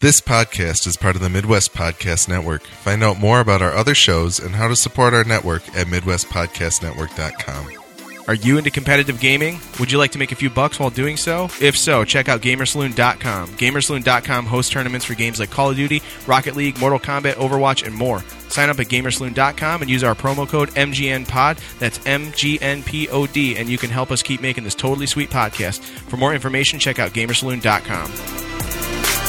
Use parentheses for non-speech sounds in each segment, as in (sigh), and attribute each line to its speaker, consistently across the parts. Speaker 1: This podcast is part of the Midwest Podcast Network. Find out more about our other shows and how to support our network at MidwestPodcastNetwork.com.
Speaker 2: Are you into competitive gaming? Would you like to make a few bucks while doing so? If so, check out Gamersaloon.com. Gamersaloon.com hosts tournaments for games like Call of Duty, Rocket League, Mortal Kombat, Overwatch, and more. Sign up at Gamersaloon.com and use our promo code MGNPOD. That's MGNPOD, and you can help us keep making this totally sweet podcast. For more information, check out Gamersaloon.com.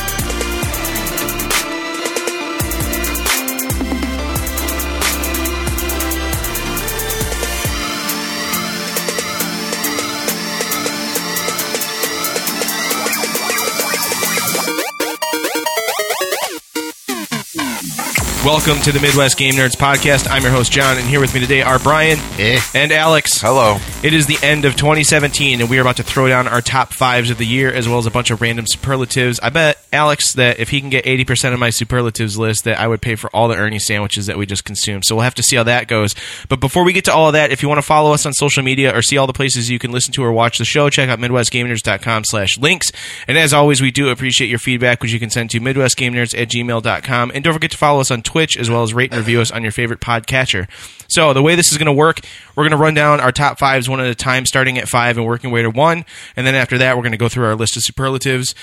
Speaker 2: Welcome to the Midwest Game Nerds Podcast. I'm your host, John, and here with me today are Brian
Speaker 3: Eh.
Speaker 2: and Alex.
Speaker 3: Hello.
Speaker 2: It is the end of 2017, and we are about to throw down our top fives of the year, as well as a bunch of random superlatives. I bet Alex that if he can get 80% of my superlatives list, that I would pay for all the Ernie sandwiches that we just consumed. So we'll have to see how that goes. But before we get to all of that, if you want to follow us on social media or see all the places you can listen to or watch the show, check out MidwestGameNerds.com slash links. And as always, we do appreciate your feedback, which you can send to MidwestGameNerds at gmail.com. And don't forget to follow us on Twitch, as well as rate and review us on your favorite podcatcher. So the way this is going to work, we're going to run down our top fives one at a time, starting at five and working way to one. And then after that, we're going to go through our list of superlatives.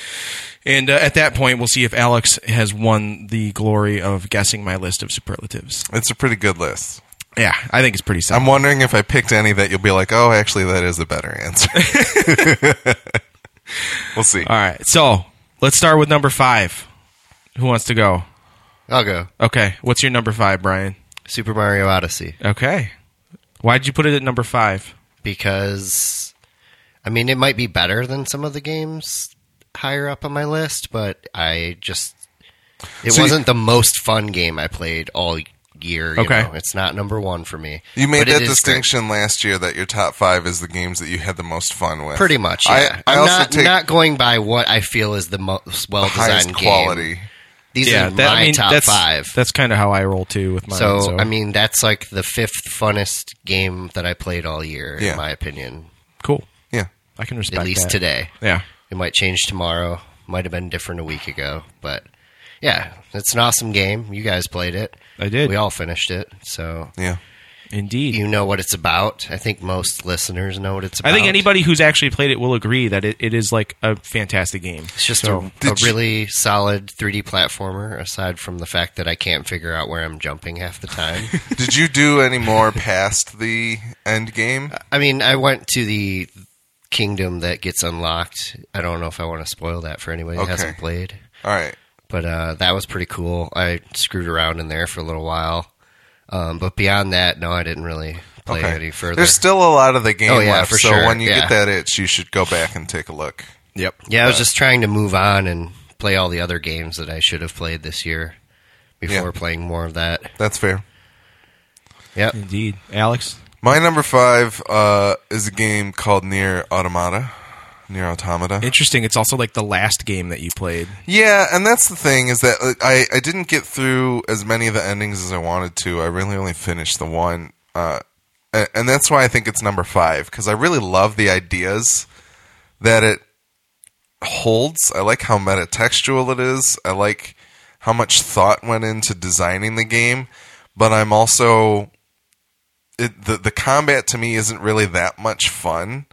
Speaker 2: And uh, at that point, we'll see if Alex has won the glory of guessing my list of superlatives.
Speaker 1: It's a pretty good list.
Speaker 2: Yeah, I think it's pretty simple.
Speaker 1: I'm wondering if I picked any that you'll be like, oh, actually, that is a better answer. (laughs) we'll see.
Speaker 3: Uh,
Speaker 2: All right, so let's start with number five. Who wants to go?
Speaker 3: I'll go.
Speaker 2: Okay, what's your number five, Brian?
Speaker 3: Super Mario Odyssey
Speaker 2: Okay, why'd you put it at number five?
Speaker 3: because I mean it might be better than some of the games higher up on my list, but I just it
Speaker 1: So you-
Speaker 3: wasn't the most fun game I played all year. you
Speaker 2: Okay.
Speaker 3: know. it's not number one for me.
Speaker 1: You made
Speaker 3: but it
Speaker 1: that
Speaker 3: is
Speaker 1: distinction last year that your top five is the games that you had the most fun with.
Speaker 3: great. pretty much.
Speaker 1: I-
Speaker 3: Yeah.
Speaker 1: I
Speaker 3: I, am
Speaker 1: also
Speaker 3: not
Speaker 1: take-
Speaker 3: not going by what I feel is the most well
Speaker 1: Highest
Speaker 3: designed
Speaker 1: quality.
Speaker 3: These are
Speaker 2: that-
Speaker 3: my top
Speaker 2: that's,
Speaker 3: five.
Speaker 2: That's kind of how I roll too with mine.
Speaker 3: so,
Speaker 2: So,
Speaker 3: I mean, that's like the fifth funnest game that I played all year,
Speaker 1: Yeah.
Speaker 3: in my opinion.
Speaker 2: cool.
Speaker 1: Yeah.
Speaker 2: I can respect
Speaker 3: At least
Speaker 2: that.
Speaker 3: today.
Speaker 2: Yeah.
Speaker 3: It might change tomorrow. Might have been different a week ago, but yeah, it's an awesome game. You guys played it.
Speaker 2: I did.
Speaker 3: We all finished it, so
Speaker 1: Yeah.
Speaker 2: Indeed.
Speaker 3: you know what it's about. I think most listeners know what it's about.
Speaker 2: I think anybody who's actually played it will agree that it, it is like a fantastic game.
Speaker 3: It's just
Speaker 2: So-
Speaker 3: a, a
Speaker 1: Did you-
Speaker 3: really solid 3D platformer. Aside from the fact that I can't figure out where I'm jumping half
Speaker 2: (laughs)
Speaker 3: the time.
Speaker 1: Did you do any
Speaker 3: (laughs)
Speaker 1: more past the end game?
Speaker 3: I mean, I went to the kingdom that gets unlocked. I don't know if I want to spoil that for anybody
Speaker 1: Okay.
Speaker 3: who hasn't played.
Speaker 1: All right.
Speaker 3: but uh, that was pretty cool. I screwed around in there for a little while, um, but beyond that, no, I didn't really play
Speaker 1: Okay.
Speaker 3: any further.
Speaker 1: There's still a lot of the game
Speaker 3: Oh, yeah,
Speaker 1: left,
Speaker 3: for
Speaker 1: so
Speaker 3: sure.
Speaker 1: when you
Speaker 3: Yeah.
Speaker 1: get that itch, you should go back and take a look.
Speaker 2: Yep.
Speaker 3: yeah, I
Speaker 1: Uh,
Speaker 3: was just trying to move on and play all the other games that I should have played this year before
Speaker 1: Yeah.
Speaker 3: playing more of that.
Speaker 1: That's fair.
Speaker 3: Yep,
Speaker 1: Hmm.
Speaker 2: Indeed. Alex?
Speaker 1: My number five uh, is a game called Near Automata. Near Automata.
Speaker 2: Interesting. It's also like the last game that you played.
Speaker 1: Yeah, and that's the thing is that uh, I, I didn't get through as many of the endings as I wanted to. I really only finished the one, uh, a- and that's why I think it's number five because I really love the ideas that it holds. I like how metatextual it is. I like how much thought went into designing the game, but I'm also it, the the combat to me isn't really that much fun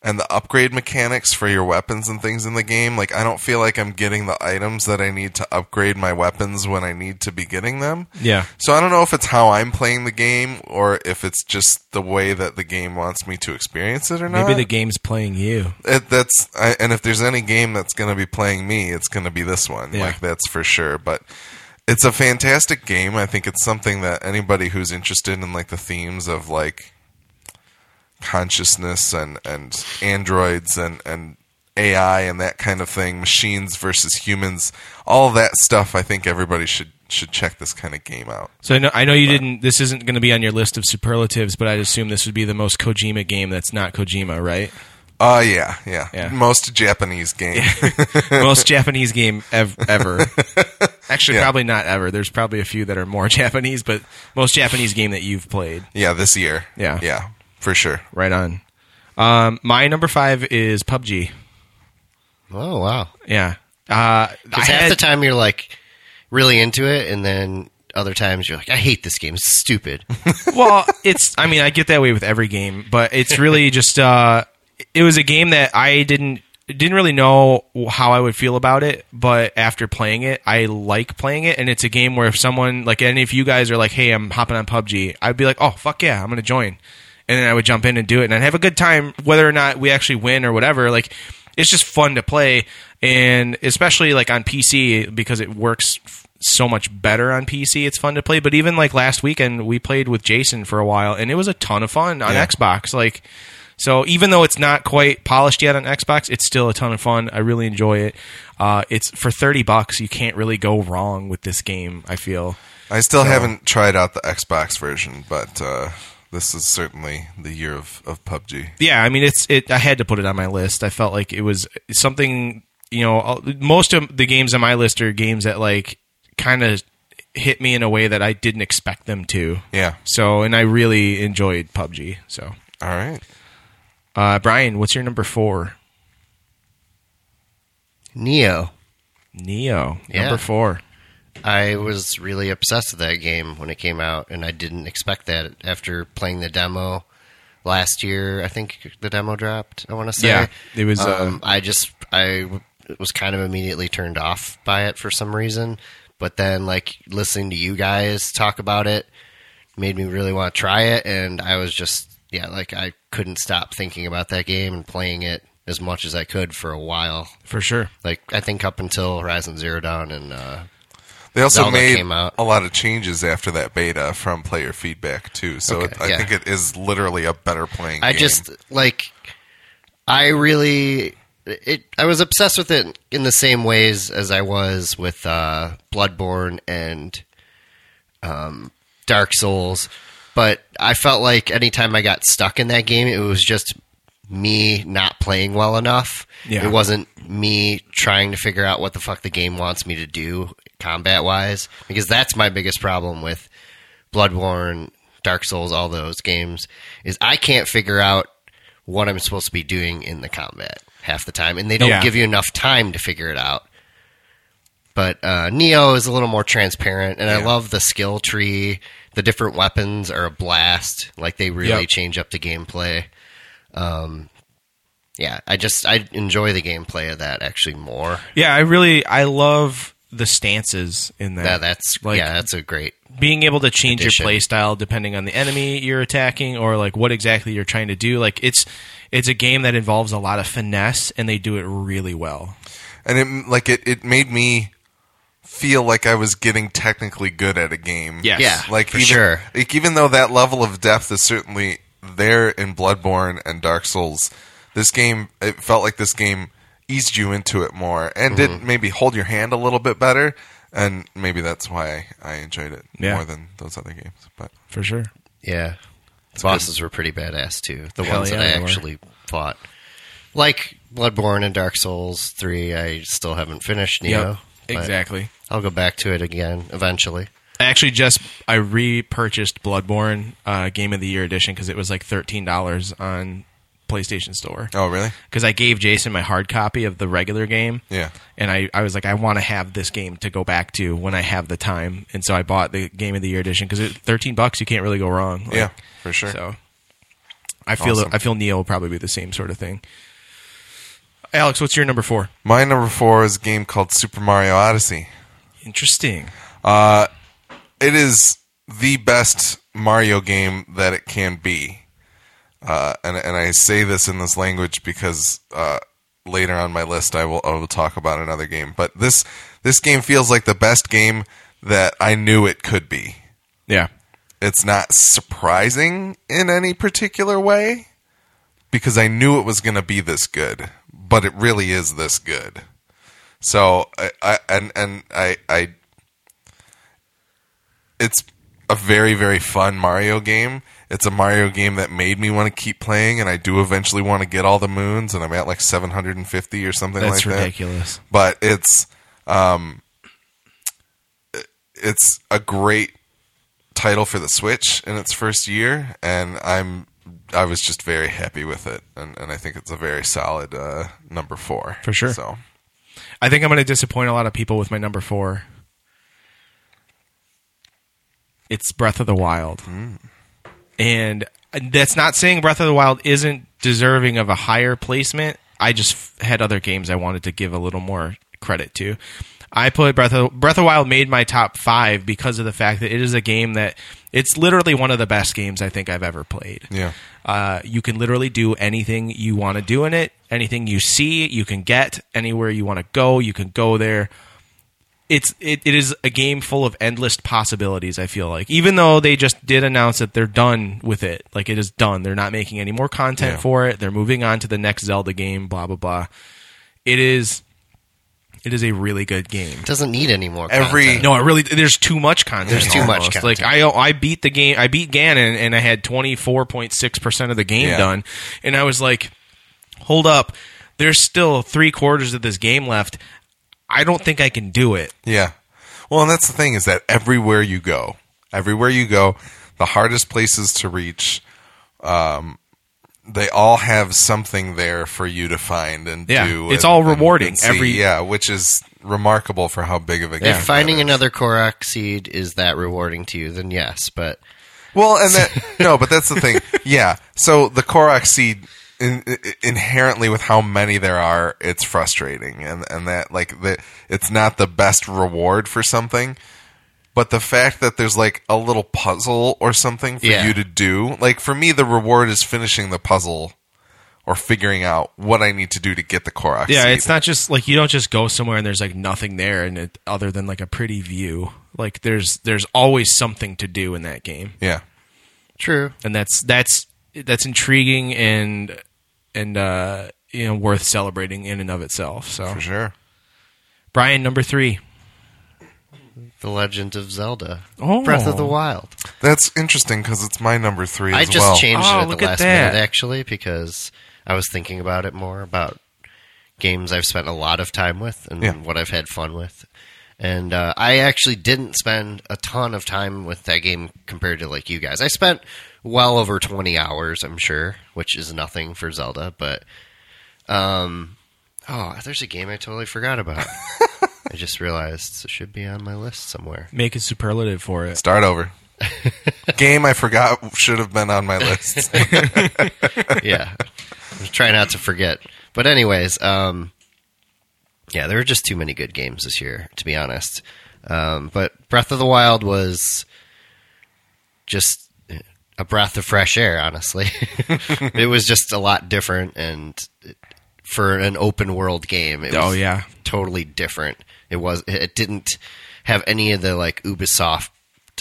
Speaker 1: and the upgrade mechanics for your weapons and things in the game. Like, I don't feel like I'm getting the items that I need to upgrade my weapons when I need to be getting them.
Speaker 2: Yeah.
Speaker 1: So I don't know if it's how I'm playing the game or if it's just the way that the game wants me to experience it or not.
Speaker 2: Maybe the game's playing you.
Speaker 1: It, that's I, and if there's any game that's going to be playing me, it's going to be this one.
Speaker 2: Yeah.
Speaker 1: Like that's for sure. But it's a fantastic game. I think it's something that anybody who's interested in like the themes of like consciousness and and androids and and AI and that kind of thing, machines versus humans, all that stuff. I think everybody should should check this kind of game out.
Speaker 2: So I know, I know you didn't. This isn't going to be on your list of superlatives, but I'd assume this would be the most Kojima game that's not Kojima, right?
Speaker 1: Oh yeah, yeah,
Speaker 2: Yeah.
Speaker 1: Most Japanese
Speaker 2: (laughs)
Speaker 1: game.
Speaker 2: most Japanese game ev- ever. Actually,
Speaker 1: Yeah.
Speaker 2: probably not ever. There's probably a few that are more (laughs) Japanese, but most Japanese game that you've played.
Speaker 1: yeah, this year.
Speaker 2: Yeah.
Speaker 1: yeah, for sure.
Speaker 2: Right on. Um, my number five is PUBG.
Speaker 3: Oh wow!
Speaker 2: Yeah. Uh, I
Speaker 3: Because half
Speaker 2: had-
Speaker 3: the time you're like really into it, and then other times you're like, I hate this game.
Speaker 1: (laughs)
Speaker 3: It's stupid.
Speaker 2: well, it's. I mean, I get that way with every game, but it's really just. Uh, it was a game that I didn't didn't really know how I would feel about it, but after playing it, I like playing it, and it's a game where if someone like any of you guys are like, "Hey, I'm hopping on PUBG," I'd be like, "Oh fuck yeah, I'm gonna join," and then I would jump in and do it, and I'd have a good time, whether or not we actually win or whatever. Like, it's just fun to play, and especially like on PC because it works f- so much better on PC. It's fun to play. But even like last weekend, we played with Jason for a while, and it was a ton of fun on
Speaker 1: Yeah.
Speaker 2: Xbox. Like, so even though it's not quite polished yet on Xbox, it's still a ton of fun. I really enjoy it. Uh, it's for thirty bucks. You can't really go wrong with this game. I feel.
Speaker 1: I still haven't tried out the Xbox version, but uh, this is certainly the year of, of PUBG.
Speaker 2: yeah, I mean, it's it. I had to put it on my list. I felt like it was something. You know, all- most of the games on my list are games that like kind of hit me in a way that I didn't expect them to.
Speaker 1: Yeah.
Speaker 2: So, and I really enjoyed PUBG. So,
Speaker 1: All right.
Speaker 2: uh, Brian, what's your number four?
Speaker 3: Neo.
Speaker 2: Neo,
Speaker 3: Yeah.
Speaker 2: number four.
Speaker 3: I was really obsessed with that game when it came out, and I didn't expect that after playing the demo last year. I think the demo dropped. I want to say,
Speaker 2: Yeah, it was, uh,
Speaker 3: Um, I just I w- was kind of immediately turned off by it for some reason, but then like listening to you guys talk about it made me really want to try it, and I was just yeah, like I couldn't stop thinking about that game and playing it as much as I could for a while.
Speaker 2: For sure.
Speaker 3: Like I think up until Horizon Zero Dawn and. uh
Speaker 1: They also
Speaker 3: Zelda
Speaker 1: made
Speaker 3: came out.
Speaker 1: a lot of changes after that beta from player feedback too. So
Speaker 3: Okay,
Speaker 1: it, I
Speaker 3: yeah.
Speaker 1: think it is literally a better playing.
Speaker 3: I
Speaker 1: game.
Speaker 3: just like I really it I was obsessed with it in the same ways as I was with uh Bloodborne and um Dark Souls, but I felt like anytime I got stuck in that game it was just me not playing well enough.
Speaker 2: Yeah.
Speaker 3: It wasn't me trying to figure out what the fuck the game wants me to do combat wise because that's my biggest problem with Bloodborne, Dark Souls, all those games is I can't figure out what I'm supposed to be doing in the combat half the time, and they don't
Speaker 2: Yeah.
Speaker 3: give you enough time to figure it out. But uh, Neo is a little more transparent, and I love the skill tree. The different weapons are a blast; like they really
Speaker 2: Yep.
Speaker 3: change up the gameplay. Um, yeah, I just I enjoy the gameplay of that actually more.
Speaker 2: Yeah, I really I love the stances in that.
Speaker 3: Yeah, that's
Speaker 2: Like-
Speaker 3: yeah, that's a great
Speaker 2: being able to change
Speaker 3: Addition.
Speaker 2: your play style depending on the enemy you're attacking or like what exactly you're trying to do like it's it's a game that involves a lot of finesse and they do it really well
Speaker 1: and it like it, it made me feel like I was getting technically good at a game.
Speaker 2: Yes.
Speaker 3: Yeah,
Speaker 1: like
Speaker 3: for
Speaker 1: even,
Speaker 3: sure.
Speaker 1: like even though that level of depth is certainly there in Bloodborne and Dark Souls, this game it felt like this game eased you into it more and did
Speaker 2: Mm-hmm.
Speaker 1: maybe hold your hand a little bit better. And maybe that's why I enjoyed it
Speaker 2: Yeah.
Speaker 1: more than those other games. But
Speaker 2: for sure
Speaker 3: Yeah. The bosses were pretty badass too. The
Speaker 2: Hell
Speaker 3: ones
Speaker 2: yeah,
Speaker 3: that I
Speaker 2: they were.
Speaker 3: actually fought. Like Bloodborne and Dark Souls 3, I still haven't finished Neo. but
Speaker 2: exactly
Speaker 3: I'll go back to it again eventually.
Speaker 2: i actually just i repurchased bloodborne uh, game of the year edition because it was like $13 on playstation store
Speaker 1: oh, really?
Speaker 2: because i gave jason my hard copy of the regular game
Speaker 1: Yeah.
Speaker 2: and I, I was like, I want to have this game to go back to when I have the time. And so I bought the Game of the Year edition because 13 bucks, you can't really go wrong. Like,
Speaker 1: yeah, for sure.
Speaker 2: So I feel
Speaker 1: Awesome.
Speaker 2: I feel Neo will probably be the same sort of thing. Alex, what's your number four?
Speaker 1: My number four is a game called Super Mario Odyssey.
Speaker 2: Interesting.
Speaker 1: it is the best Mario game that it can be. Uh, and and I say this in this language because uh, later on my list I will I will talk about another game. But this this game feels like the best game that I knew it could be.
Speaker 2: Yeah.
Speaker 1: It's not surprising in any particular way because I knew it was going to be this good, but it really is this good. So I, I and and I I it's a very very fun Mario game. It's a Mario game that made me want to keep playing, and I do eventually want to get all the moons, and I'm at like 750 or something
Speaker 2: That's
Speaker 1: like that
Speaker 2: ridiculous.
Speaker 1: but it's um it's a great title for the Switch in its first year and I'm I was just very happy with it and, and I think it's a very solid uh, number four.
Speaker 2: For sure.
Speaker 1: So
Speaker 2: I think I'm going to disappoint a lot of people with my number four. It's Breath of the Wild, and uh, that's not saying Breath of the Wild isn't deserving of a higher placement. I just f- had other games I wanted to give a little more credit to. I put Breath of Breath of the Wild made my top five because of the fact that it is a game that it's literally one of the best games I think I've ever played.
Speaker 1: Yeah.
Speaker 2: Uh, you can literally do anything you want to do in it. Anything you see, you can get. Anywhere you want to go, you can go there. It's it, it is a game full of endless possibilities. I feel like, even though they just did announce that they're done with it, like it is done. They're not making any more content
Speaker 1: Yeah.
Speaker 2: for it. They're moving on to the next Zelda game. Blah blah blah. It is. It is a really good game.
Speaker 3: It doesn't need any more.
Speaker 1: Every-
Speaker 2: (laughs)
Speaker 3: content.
Speaker 2: No, it really. There's too much content.
Speaker 3: There's too much
Speaker 2: almost.
Speaker 3: content.
Speaker 2: Like I, I beat the game. I beat Ganon, and I had 24.6 percent of the game
Speaker 1: Yeah.
Speaker 2: done, and I was like, "Hold up, there's still three quarters of this game left. I don't think I can do it."
Speaker 1: Yeah. Well, and that's the thing is that everywhere you go, everywhere you go, the hardest places to reach, um, they all have something there for you to find and
Speaker 2: Yeah.
Speaker 1: do.
Speaker 2: It's
Speaker 1: and-
Speaker 2: all
Speaker 1: and-
Speaker 2: rewarding.
Speaker 1: and see.
Speaker 2: Every-
Speaker 1: yeah, which is remarkable for how big of a game.
Speaker 3: If finding
Speaker 1: that is.
Speaker 3: another Korok seed is that rewarding to you, then yes. But
Speaker 1: Well, and that no, but that's the thing. Yeah. So the Korok seed in, i- inherently, with how many there are, it's frustrating, and and that like the it's not the best reward for something. But the fact that there's like a little puzzle or something for
Speaker 3: Yeah.
Speaker 1: you to do, like for me, the reward is finishing the puzzle or figuring out what I need to do to get the Korok.
Speaker 2: Yeah,
Speaker 1: seed.
Speaker 2: it's not just like you don't just go somewhere and there's like nothing there, and it, other than like a pretty view. Like there's there's always something to do in that game.
Speaker 1: Yeah.
Speaker 3: true.
Speaker 2: and that's that's that's intriguing and and uh, you know worth celebrating in and of itself. So
Speaker 1: For sure.
Speaker 2: Brian number three.
Speaker 3: The Legend of Zelda.
Speaker 2: Oh.
Speaker 3: Breath of the Wild.
Speaker 1: That's interesting because it's my number three.
Speaker 3: I
Speaker 1: as
Speaker 3: just
Speaker 1: well.
Speaker 3: changed
Speaker 2: Oh,
Speaker 3: it at
Speaker 2: look
Speaker 3: the
Speaker 2: at
Speaker 3: last
Speaker 2: that.
Speaker 3: minute actually because I was thinking about it more about games I've spent a lot of time with and
Speaker 1: Yeah.
Speaker 3: what I've had fun with. And uh, I actually didn't spend a ton of time with that game compared to like you guys. I spent well over twenty hours, I'm sure, which is nothing for Zelda. But um, oh, there's a game I totally forgot
Speaker 1: (laughs)
Speaker 3: about. I just realized it should be on my list somewhere.
Speaker 2: Make a superlative for it.
Speaker 1: Start
Speaker 3: (laughs)
Speaker 1: over. Game I forgot should have been on my list.
Speaker 3: yeah. (laughs) Try not to forget. But anyways, um, yeah, there were just too many good games this year, to be honest. Um, but Breath of the Wild was just a breath of fresh air. Honestly, (laughs) it was just a lot different, and for an open world game, it
Speaker 2: Oh
Speaker 3: was
Speaker 2: yeah,
Speaker 3: totally different. It was it didn't have any of the like Ubisoft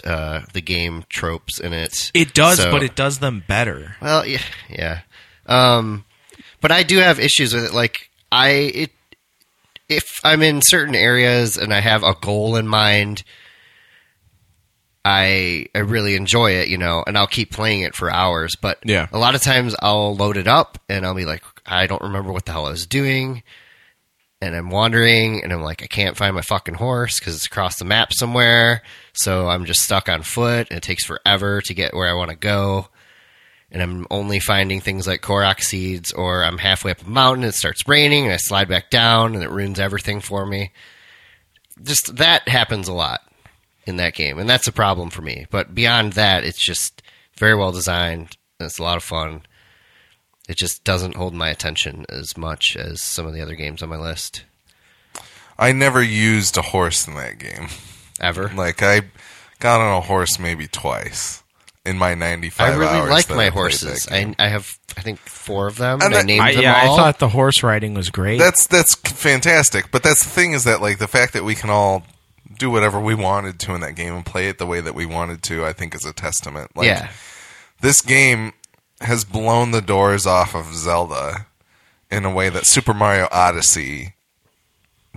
Speaker 3: uh, the game tropes in it.
Speaker 2: it does,
Speaker 3: So-
Speaker 2: but it does them better.
Speaker 3: well, yeah, yeah. Um, but I do have issues with it. Like I, it, if I'm in certain areas and I have a goal in mind, I I really enjoy it, you know, and I'll keep playing it for hours. But
Speaker 2: Yeah.
Speaker 3: a lot of times I'll load it up and I'll be like, I don't remember what the hell I was doing. And I'm wandering, and I'm like, I can't find my fucking horse because it's across the map somewhere. So I'm just stuck on foot, and it takes forever to get where I want to go and I'm only finding things like Korok seeds, or I'm halfway up a mountain, it starts raining, and I slide back down, and it ruins everything for me. Just that happens a lot in that game, and that's a problem for me. But beyond that, it's just very well designed, and it's a lot of fun. It just doesn't hold my attention as much as some of the other games on my list
Speaker 1: I never used a horse in that game.
Speaker 3: ever.
Speaker 1: Like I got on a horse maybe twice in my 95
Speaker 3: I really
Speaker 1: hours
Speaker 3: like
Speaker 1: that
Speaker 3: my
Speaker 1: I played
Speaker 3: horses.
Speaker 1: that game.
Speaker 3: I, I have, I think, four of them.
Speaker 1: And
Speaker 3: And I
Speaker 1: that-
Speaker 3: named
Speaker 2: I,
Speaker 3: them
Speaker 2: yeah, I
Speaker 3: all.
Speaker 2: thought the horse riding was great.
Speaker 1: that's that's fantastic, but that's the thing is that like the fact that we can all do whatever we wanted to in that game and play it the way that we wanted to, I think is a testament. Like
Speaker 3: yeah,
Speaker 1: this game has blown the doors off of Zelda in a way that Super Mario Odyssey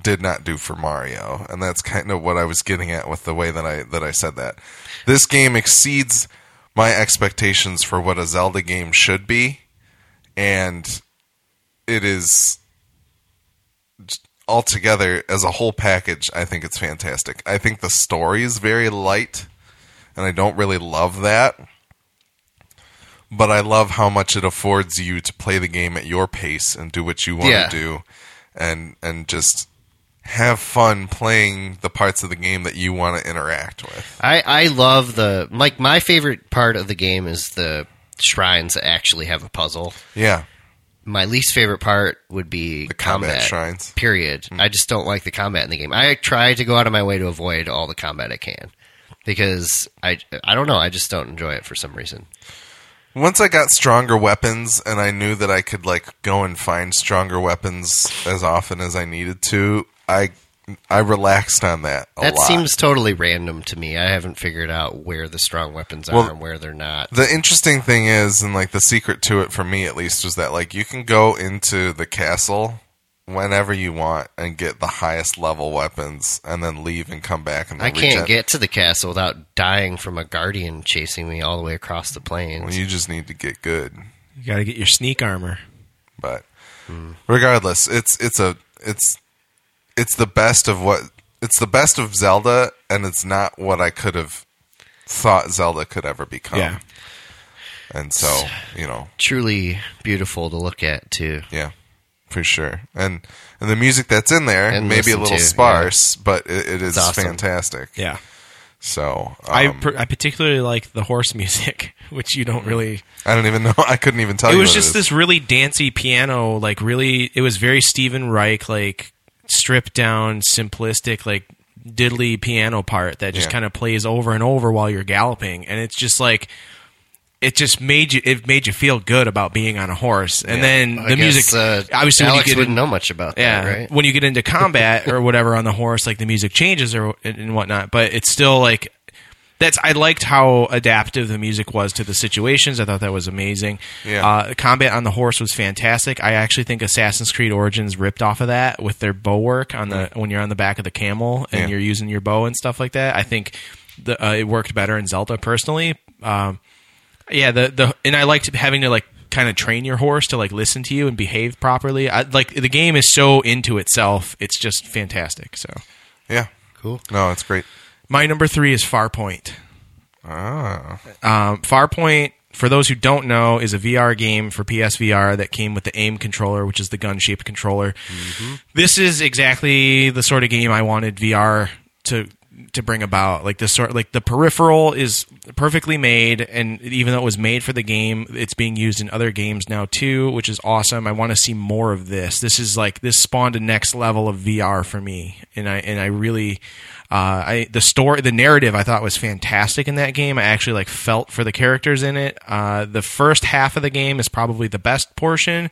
Speaker 1: did not do for Mario, and that's kind of what I was getting at with the way that I that I said that. This game exceeds my expectations for what a Zelda game should be, and it is just altogether as a whole package. I think it's fantastic. I think the story is very light, and I don't really love that but I love how much it affords you to play the game at your pace and do what you want
Speaker 3: Yeah.
Speaker 1: to do, and and just have fun playing the parts of the game that you want to interact with.
Speaker 3: I, I love the like my favorite part of the game is the shrines that actually have a puzzle.
Speaker 1: Yeah.
Speaker 3: My least favorite part would be
Speaker 1: The combat shrines. Hmm.
Speaker 3: Period. I just don't like the combat in the game. I try to go out of my way to avoid all the combat I can because I I don't know. I just don't enjoy it for some reason.
Speaker 1: Once I got stronger weapons and I knew that I could like go and find stronger weapons as often as I needed to, I I relaxed on that a
Speaker 3: that
Speaker 1: lot.
Speaker 3: seems totally random to me. I haven't figured out where the strong weapons are
Speaker 1: Well-
Speaker 3: and where they're not.
Speaker 1: the interesting thing is and like the secret to it for me at least was that like you can go into the castle whenever you want and get the highest level weapons and then leave and come back and
Speaker 3: I
Speaker 1: they'll regen-
Speaker 3: can't get to the castle without dying from a guardian chasing me all the way across the
Speaker 1: well,
Speaker 3: plains.
Speaker 1: you just need to get good
Speaker 2: You got to get your sneak armor.
Speaker 1: but regardless it's it's a it's it's the best of what it's the best of zelda and it's not what i could have thought zelda could ever become
Speaker 2: Yeah.
Speaker 1: and so you know
Speaker 3: Truly beautiful to look at too.
Speaker 1: yeah for sure and and the music that's in there
Speaker 3: And
Speaker 1: may be a
Speaker 3: listen
Speaker 1: little
Speaker 3: to,
Speaker 1: sparse but it, it is
Speaker 3: awesome.
Speaker 1: fantastic
Speaker 2: Yeah.
Speaker 1: so um,
Speaker 2: I,
Speaker 1: I,
Speaker 2: per- I particularly like the horse (laughs) music, which you don't really.
Speaker 1: don't even know (laughs) i couldn't even tell
Speaker 2: It
Speaker 1: you
Speaker 2: was
Speaker 1: what
Speaker 2: just
Speaker 1: it is.
Speaker 2: this really dancey piano, like really. It was very Stephen Reich, like stripped down, simplistic, like diddly piano part that just
Speaker 1: Yeah.
Speaker 2: kind of plays over and over while you're galloping, and it's just like. It just made you. It made you feel good about being on a horse, and then the
Speaker 3: I guess,
Speaker 2: music.
Speaker 3: Uh,
Speaker 2: obviously, when you
Speaker 3: Alex
Speaker 2: get in-
Speaker 3: wouldn't know much about
Speaker 2: Yeah,
Speaker 3: that, right?
Speaker 2: when you get
Speaker 3: (laughs)
Speaker 2: into combat or whatever on the horse, like the music changes or and, and whatnot, but it's still like that's. I liked how adaptive the music was to the situations. I thought that was amazing.
Speaker 1: Yeah.
Speaker 2: uh, combat on the horse was fantastic. I actually think Assassin's Creed Origins ripped off of that with their bow work on the when you're on the back of the camel and
Speaker 1: Yeah.
Speaker 2: you're using your bow and stuff like that. I think the, uh, it worked better in Zelda personally. Um, yeah, the the and I liked having to like kind of train your horse to like listen to you and behave properly. I, like the game is so into itself, it's just fantastic. So
Speaker 1: yeah
Speaker 3: Cool.
Speaker 1: no it's great
Speaker 2: my number three is Farpoint.
Speaker 1: oh
Speaker 2: Um, Farpoint, for those who don't know, is a VR game for PSVR that came with the aim controller, which is the gun shaped controller. This is exactly the sort of game I wanted VR to to bring about. Like this sort, like the peripheral is perfectly made, and even though it was made for the game, it's being used in other games now too, which is awesome. I want to see more of this. This is like this spawned a next level of VR for me, and I and I really uh, I the story, the narrative, I thought was fantastic in that game. I actually like felt for the characters in it. Uh, the first half of the game is probably the best portion.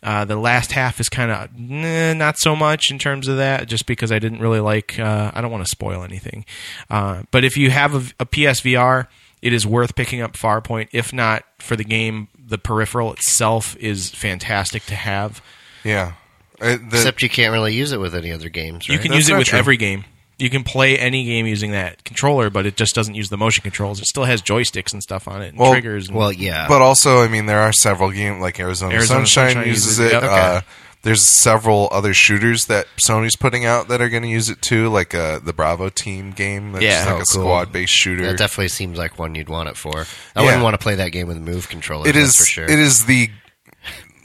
Speaker 2: Uh, the last half is kind of nah, not so much in terms of that, just because I didn't really like. Uh, I don't want to spoil anything, uh, but if you have a, a PSVR, it is worth picking up Farpoint. If not for the game, the peripheral itself is fantastic to have.
Speaker 1: yeah It- the-
Speaker 3: Except you can't really use it with any other games, right?
Speaker 2: You can
Speaker 1: That's
Speaker 2: use it
Speaker 1: not
Speaker 2: with
Speaker 1: true.
Speaker 2: every game. You can play any game using that controller, but it just doesn't use the motion controls. It still has joysticks and stuff on it, and
Speaker 1: Well-
Speaker 2: triggers. And,
Speaker 3: well, yeah.
Speaker 1: But also, I mean, there are several games like Arizona,
Speaker 2: Arizona
Speaker 1: Sunshine,
Speaker 2: Sunshine
Speaker 1: uses
Speaker 2: uses
Speaker 1: it.
Speaker 2: it, yep.
Speaker 1: Uh, there's several other shooters that Sony's putting out that are going to use it too, like uh, the Bravo Team game. That's
Speaker 2: Yeah.
Speaker 1: just like
Speaker 2: Oh,
Speaker 1: a
Speaker 3: cool.
Speaker 1: squad-based shooter.
Speaker 3: that definitely seems like one you'd want it for. I
Speaker 1: Yeah.
Speaker 3: wouldn't want to play that game with a move controller.
Speaker 1: it
Speaker 3: that's
Speaker 1: is.
Speaker 3: for sure.
Speaker 1: It is the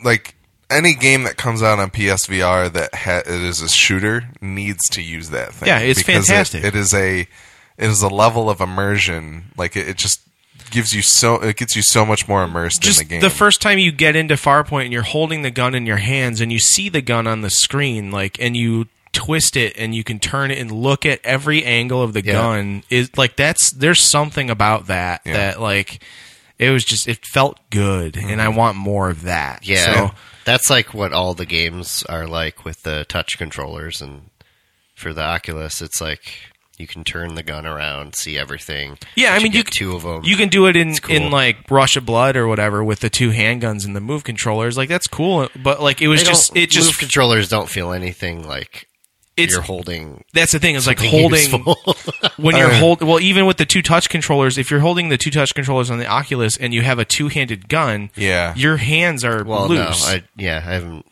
Speaker 1: like any game that comes out on PSVR that ha- it is a shooter needs to use that thing.
Speaker 2: Yeah, it's
Speaker 1: because it-
Speaker 2: fantastic.
Speaker 1: it is a it is a level of immersion. Like it, it just gives you so it gets you so much more immersed
Speaker 2: just
Speaker 1: in the game.
Speaker 2: first time you get into Farpoint and you're holding the gun in your hands and you see the gun on the screen, like, and you twist it and you can turn it and look at every angle of the
Speaker 3: Yeah.
Speaker 2: gun is like that's there's something about that
Speaker 1: Yeah.
Speaker 2: that like it was just it felt good and
Speaker 1: Mm-hmm.
Speaker 2: I want more of that.
Speaker 3: yeah.
Speaker 2: So,
Speaker 3: That's like what all the games are like with the touch controllers, and for the Oculus, it's like you can turn the gun around, see everything.
Speaker 2: Yeah, I
Speaker 3: But
Speaker 2: mean, you
Speaker 3: get
Speaker 2: c-
Speaker 3: two of them.
Speaker 2: You can do it in
Speaker 3: cool.
Speaker 2: in like Rush of Blood or whatever with the two handguns and the move controllers. Like that's cool, but like it was
Speaker 3: They
Speaker 2: just
Speaker 3: don't-
Speaker 2: it just
Speaker 3: move controllers don't feel anything like
Speaker 2: it's
Speaker 3: you're holding.
Speaker 2: that's the thing. It's like
Speaker 3: something
Speaker 2: holding
Speaker 3: (laughs) useful.
Speaker 2: when you're hold well even with the two touch controllers. If you're holding the two touch controllers on the Oculus and you have a two handed gun,
Speaker 1: Yeah.
Speaker 2: your hands are
Speaker 3: well,
Speaker 2: loose.
Speaker 3: Oh, no, I, yeah, I haven't.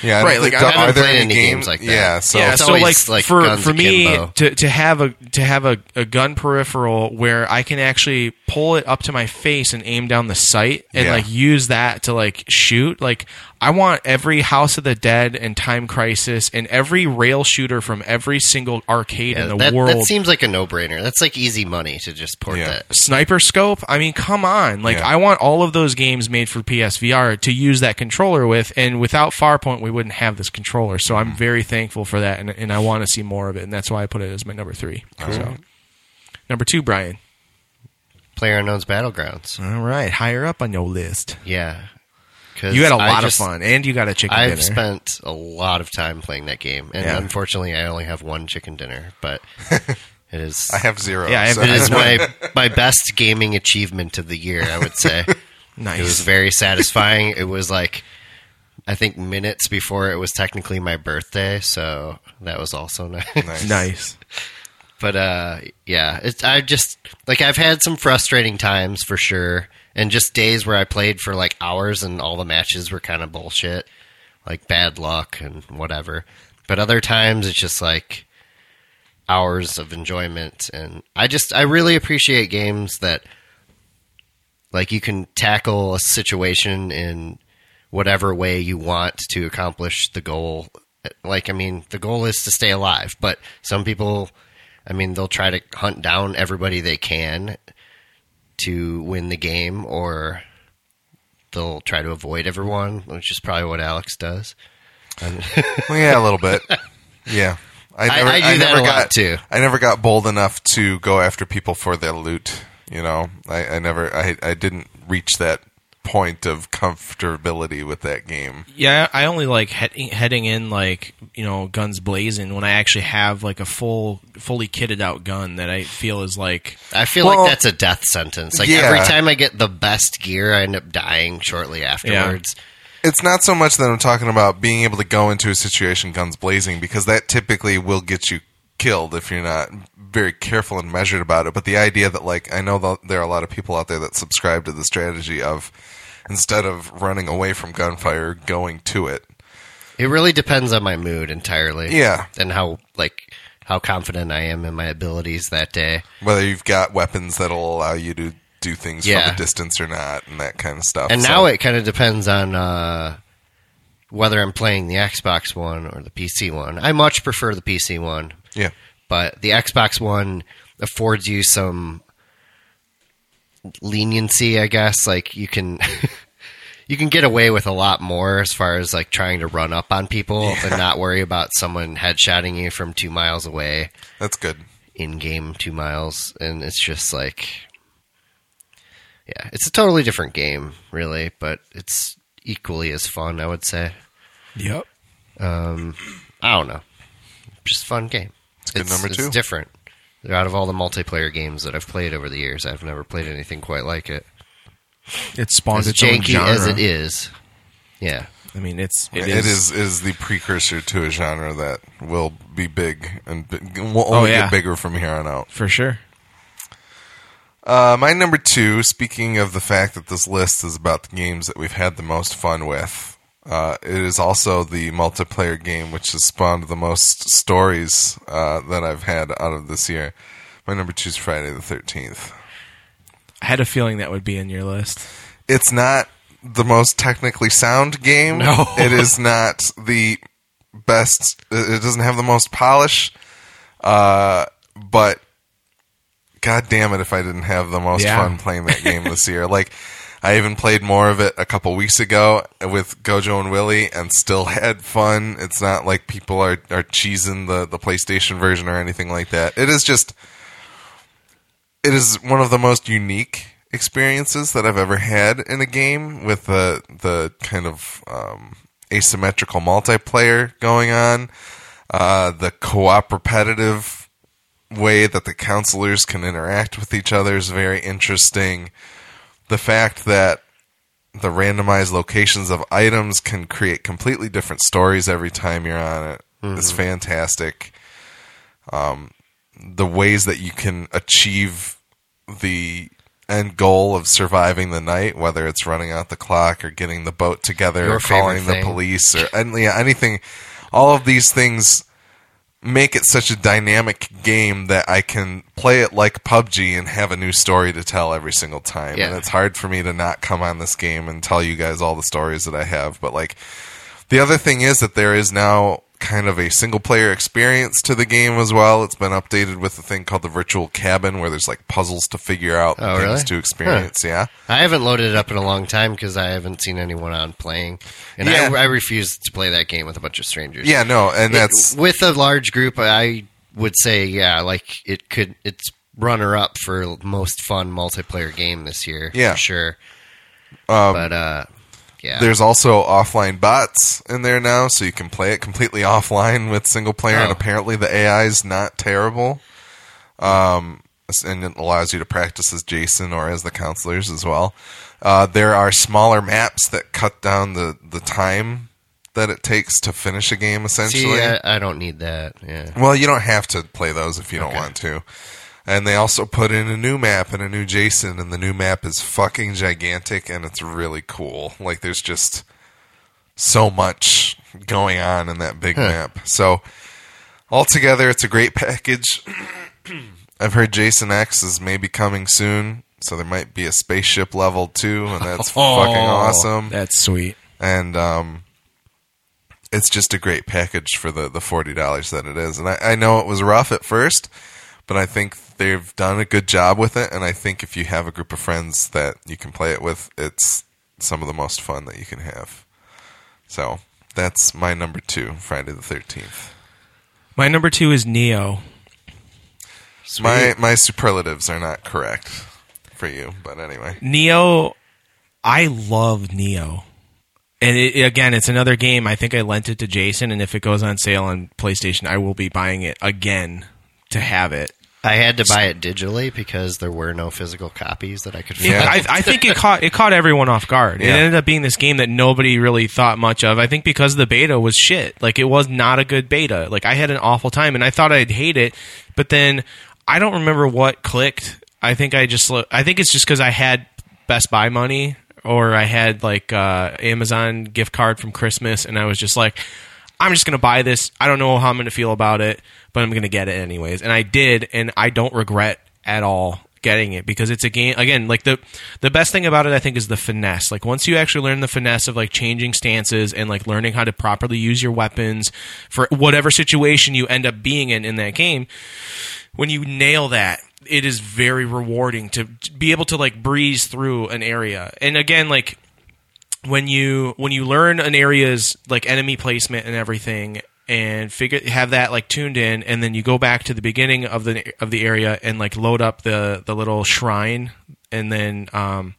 Speaker 1: Yeah, I don't
Speaker 2: Right, like,
Speaker 1: think
Speaker 2: I
Speaker 1: there-
Speaker 2: haven't
Speaker 1: are there
Speaker 3: played
Speaker 1: any
Speaker 3: any games like that.
Speaker 1: Yeah, so
Speaker 2: yeah,
Speaker 3: it's
Speaker 2: so
Speaker 3: always,
Speaker 2: like,
Speaker 3: like,
Speaker 2: for
Speaker 3: guns
Speaker 2: for me
Speaker 3: akimbo.
Speaker 2: to, to have a to have a, a gun peripheral where I can actually pull it up to my face and aim down the sight and
Speaker 1: Yeah.
Speaker 2: like use that to like shoot like I want every House of the Dead and Time Crisis and every rail shooter from every single arcade in the
Speaker 3: uh, that,
Speaker 2: world.
Speaker 3: that seems like a no-brainer. That's like easy money to just port
Speaker 1: Yeah.
Speaker 3: that.
Speaker 2: Sniper Scope. I mean, come on. Like,
Speaker 1: Yeah.
Speaker 2: I want all of those games made for PSVR to use that controller with. And without Farpoint, we wouldn't have this controller. So I'm very thankful for that. And, and I want to see more of it. And that's why I put it as my number three. So, number two, Brian.
Speaker 3: Player Unknown's Battlegrounds.
Speaker 2: All right. Higher up on your list.
Speaker 3: Yeah. 'Cause
Speaker 2: You had a
Speaker 3: I
Speaker 2: lot
Speaker 3: just-
Speaker 2: of fun. And you got a chicken
Speaker 3: I've
Speaker 2: dinner.
Speaker 3: spent a lot of time playing that game, and
Speaker 2: Yeah.
Speaker 3: unfortunately, I only have one chicken dinner.
Speaker 2: (laughs)
Speaker 3: But it is
Speaker 1: I have zero.
Speaker 2: Yeah, I have-
Speaker 1: so-
Speaker 3: it is my my best gaming achievement of the year. I would
Speaker 2: (laughs)
Speaker 3: say it was
Speaker 2: nice.
Speaker 3: very satisfying. It was like I think minutes before it was technically my birthday, so that was also (laughs) nice.
Speaker 1: nice.
Speaker 2: Nice.
Speaker 3: But uh, yeah, it's I just like I've had some frustrating times for sure, and just days where I played for like hours and all the matches were kind of bullshit, like bad luck and whatever. But other times it's just like hours of enjoyment, and I just I really appreciate games that like you can tackle a situation in whatever way you want to accomplish the goal. Like, I mean, the goal is to stay alive, but some people, I mean, they'll try to hunt down everybody they can to win the game, or they'll try to avoid everyone, which is probably what Alex does.
Speaker 1: Well, (laughs) yeah, a little
Speaker 2: (laughs)
Speaker 1: bit. Yeah.
Speaker 3: I- I do that a lot,
Speaker 1: got,
Speaker 3: too.
Speaker 1: I never got bold enough to go after people for their loot. You know, I, I never, I, I didn't reach that point of comfortability with that game.
Speaker 2: Yeah, I only like he- heading in like you know guns blazing when I actually have like a full, fully kitted out gun that I feel is like
Speaker 3: I feel
Speaker 1: Well,
Speaker 3: like that's a death sentence. Like,
Speaker 1: yeah.
Speaker 3: every time I get the best gear, I end up dying shortly afterwards.
Speaker 1: It's not so much that I'm talking about being able to go into a situation guns blazing because that typically will get you killed if you're not very careful and measured about it. But the idea that, like, I know tho- there are a lot of people out there that subscribe to the strategy of instead of running away from gunfire, going to it.
Speaker 3: It really depends on my mood entirely.
Speaker 1: Yeah.
Speaker 3: And how like how confident I am in my abilities that day.
Speaker 1: Whether you've got weapons that'll allow you to do things
Speaker 3: Yeah.
Speaker 1: from a distance or not, and that kind of stuff.
Speaker 3: And
Speaker 1: So-
Speaker 3: now it kind of depends on uh, whether I'm playing the Xbox One or the PC one. I much prefer the PC one,
Speaker 1: yeah,
Speaker 3: but the Xbox One affords you some leniency, I guess. Like you can (laughs) you can get away with a lot more as far as like trying to run up on people and not worry about someone headshotting you from two miles away.
Speaker 1: that's good.
Speaker 3: in game two miles and it's just like yeah it's a totally different game really but it's equally as fun i would say Um,
Speaker 2: yep.
Speaker 3: i don't know just a fun game it's,
Speaker 1: good number two.
Speaker 3: it's different out of all the multiplayer games that i've played over the years i've never played anything quite like it
Speaker 2: It spawns
Speaker 3: as
Speaker 2: its own
Speaker 3: janky
Speaker 2: genre.
Speaker 3: as it is yeah
Speaker 2: I mean, it's
Speaker 1: it
Speaker 2: it is.
Speaker 1: is is the precursor to a genre that will be big and bi- will only
Speaker 2: yeah.
Speaker 1: get bigger from here on out.
Speaker 2: for sure.
Speaker 1: Uh, my number two, speaking of the fact that this list is about the games that we've had the most fun with, uh, it is also the multiplayer game which has spawned the most stories uh, that I've had out of this year. My number two is Friday the 13th.
Speaker 2: I had a feeling that would be in your list.
Speaker 1: It's not the most technically sound game.
Speaker 2: No.
Speaker 1: it is not the best, it it doesn't have the most polish, uh, but God damn it if I didn't have the most
Speaker 2: Yeah.
Speaker 1: fun playing that game this year. Like, I even played more of it a couple weeks ago with Gojo and Willie and still had fun. It's not like people are, are cheesing the, the PlayStation version or anything like that. It is just, it is one of the most unique experiences that I've ever had in a game with the, the kind of um, asymmetrical multiplayer going on, uh, the co op repetitive way that the counselors can interact with each other is very interesting. The fact that the randomized locations of items can create completely different stories every time you're on it is
Speaker 3: Mm-hmm.
Speaker 1: fantastic. Um, the ways that you can achieve the end goal of surviving the night, whether it's running out the clock or getting the boat together
Speaker 3: Your
Speaker 1: or calling
Speaker 3: favorite
Speaker 1: the
Speaker 3: thing.
Speaker 1: police or and, yeah, anything, all of these things make it such a dynamic game that I can play it like PUBG and have a new story to tell every single time.
Speaker 3: Yeah.
Speaker 1: And it's hard for me to not come on this game and tell you guys all the stories that I have. But like the other thing is that there is now kind of a single player experience to the game as well. It's been updated with a thing called the virtual cabin where there's like puzzles to figure out and
Speaker 3: Oh,
Speaker 1: things
Speaker 3: really?
Speaker 1: to experience. Yeah.
Speaker 3: I haven't loaded it up in a long time because I haven't seen anyone on playing, and
Speaker 1: Yeah.
Speaker 3: I, I refuse to play that game with a bunch of strangers.
Speaker 1: Yeah, no, and
Speaker 3: It-
Speaker 1: that's
Speaker 3: with a large group. I would say, yeah, like it could. It's runner up for most fun multiplayer game this year.
Speaker 1: Yeah. Um,
Speaker 3: for sure. but uh, yeah,
Speaker 1: There's also offline bots in there now, so you can play it completely (laughs) offline with single player, and
Speaker 3: Oh.
Speaker 1: apparently the AI is not terrible. Um, and it allows you to practice as Jason or as the counselors as well. Uh, there are smaller maps that cut down the, the time that it takes to finish a game, essentially.
Speaker 3: see, uh, I, I don't need that. Yeah,
Speaker 1: Well, you don't have to play those if you don't want to. And they also put in a new map and a new Jason, and the new map is fucking gigantic and it's really cool. Like, there's just so much going on in that big map. So, altogether, it's a great package. (clears throat) I've heard Jason X is maybe coming soon, so there might be a spaceship level too, and that's
Speaker 2: Oh,
Speaker 1: fucking awesome
Speaker 2: That's sweet.
Speaker 1: and um, it's just a great package for the the forty dollars that it is. And I, I know it was rough at first, but I think they've done a good job with it. And I think if you have a group of friends that you can play it with, it's some of the most fun that you can have. So that's my number two, Friday the Thirteenth.
Speaker 2: My number two is Neo.
Speaker 1: My my superlatives are not correct for you, but anyway.
Speaker 2: Neo, I love Neo. And it, again, it's another game. I think I lent it to Jason, and if it goes on sale on PlayStation, I will be buying it again to have it.
Speaker 3: I had to buy it digitally because there were no physical copies that I could. Find.
Speaker 1: Yeah.
Speaker 2: I, I think it caught it caught everyone off guard.
Speaker 1: Yeah.
Speaker 2: It ended up being this game that nobody really thought much of. I think because the beta was shit. Like it was not a good beta. Like I had an awful time, and I thought I'd hate it, but then I don't remember what clicked. I think I just lo- I think it's just because I had Best Buy money or I had like uh, Amazon gift card from Christmas, and I was just like. I'm just gonna buy this. I don't know how I'm gonna feel about it, but I'm gonna get it anyways. And I did, and I don't regret at all getting it because it's a game again like the the best thing about it i think is the finesse like once you actually learn the finesse of like changing stances and like learning how to properly use your weapons for whatever situation you end up being in in that game when you nail that it is very rewarding to to be able to like breeze through an area and again like when you when you learn an area's like enemy placement and everything and figure have that like tuned in and then you go back to the beginning of the of the area and like load up the the little shrine and then um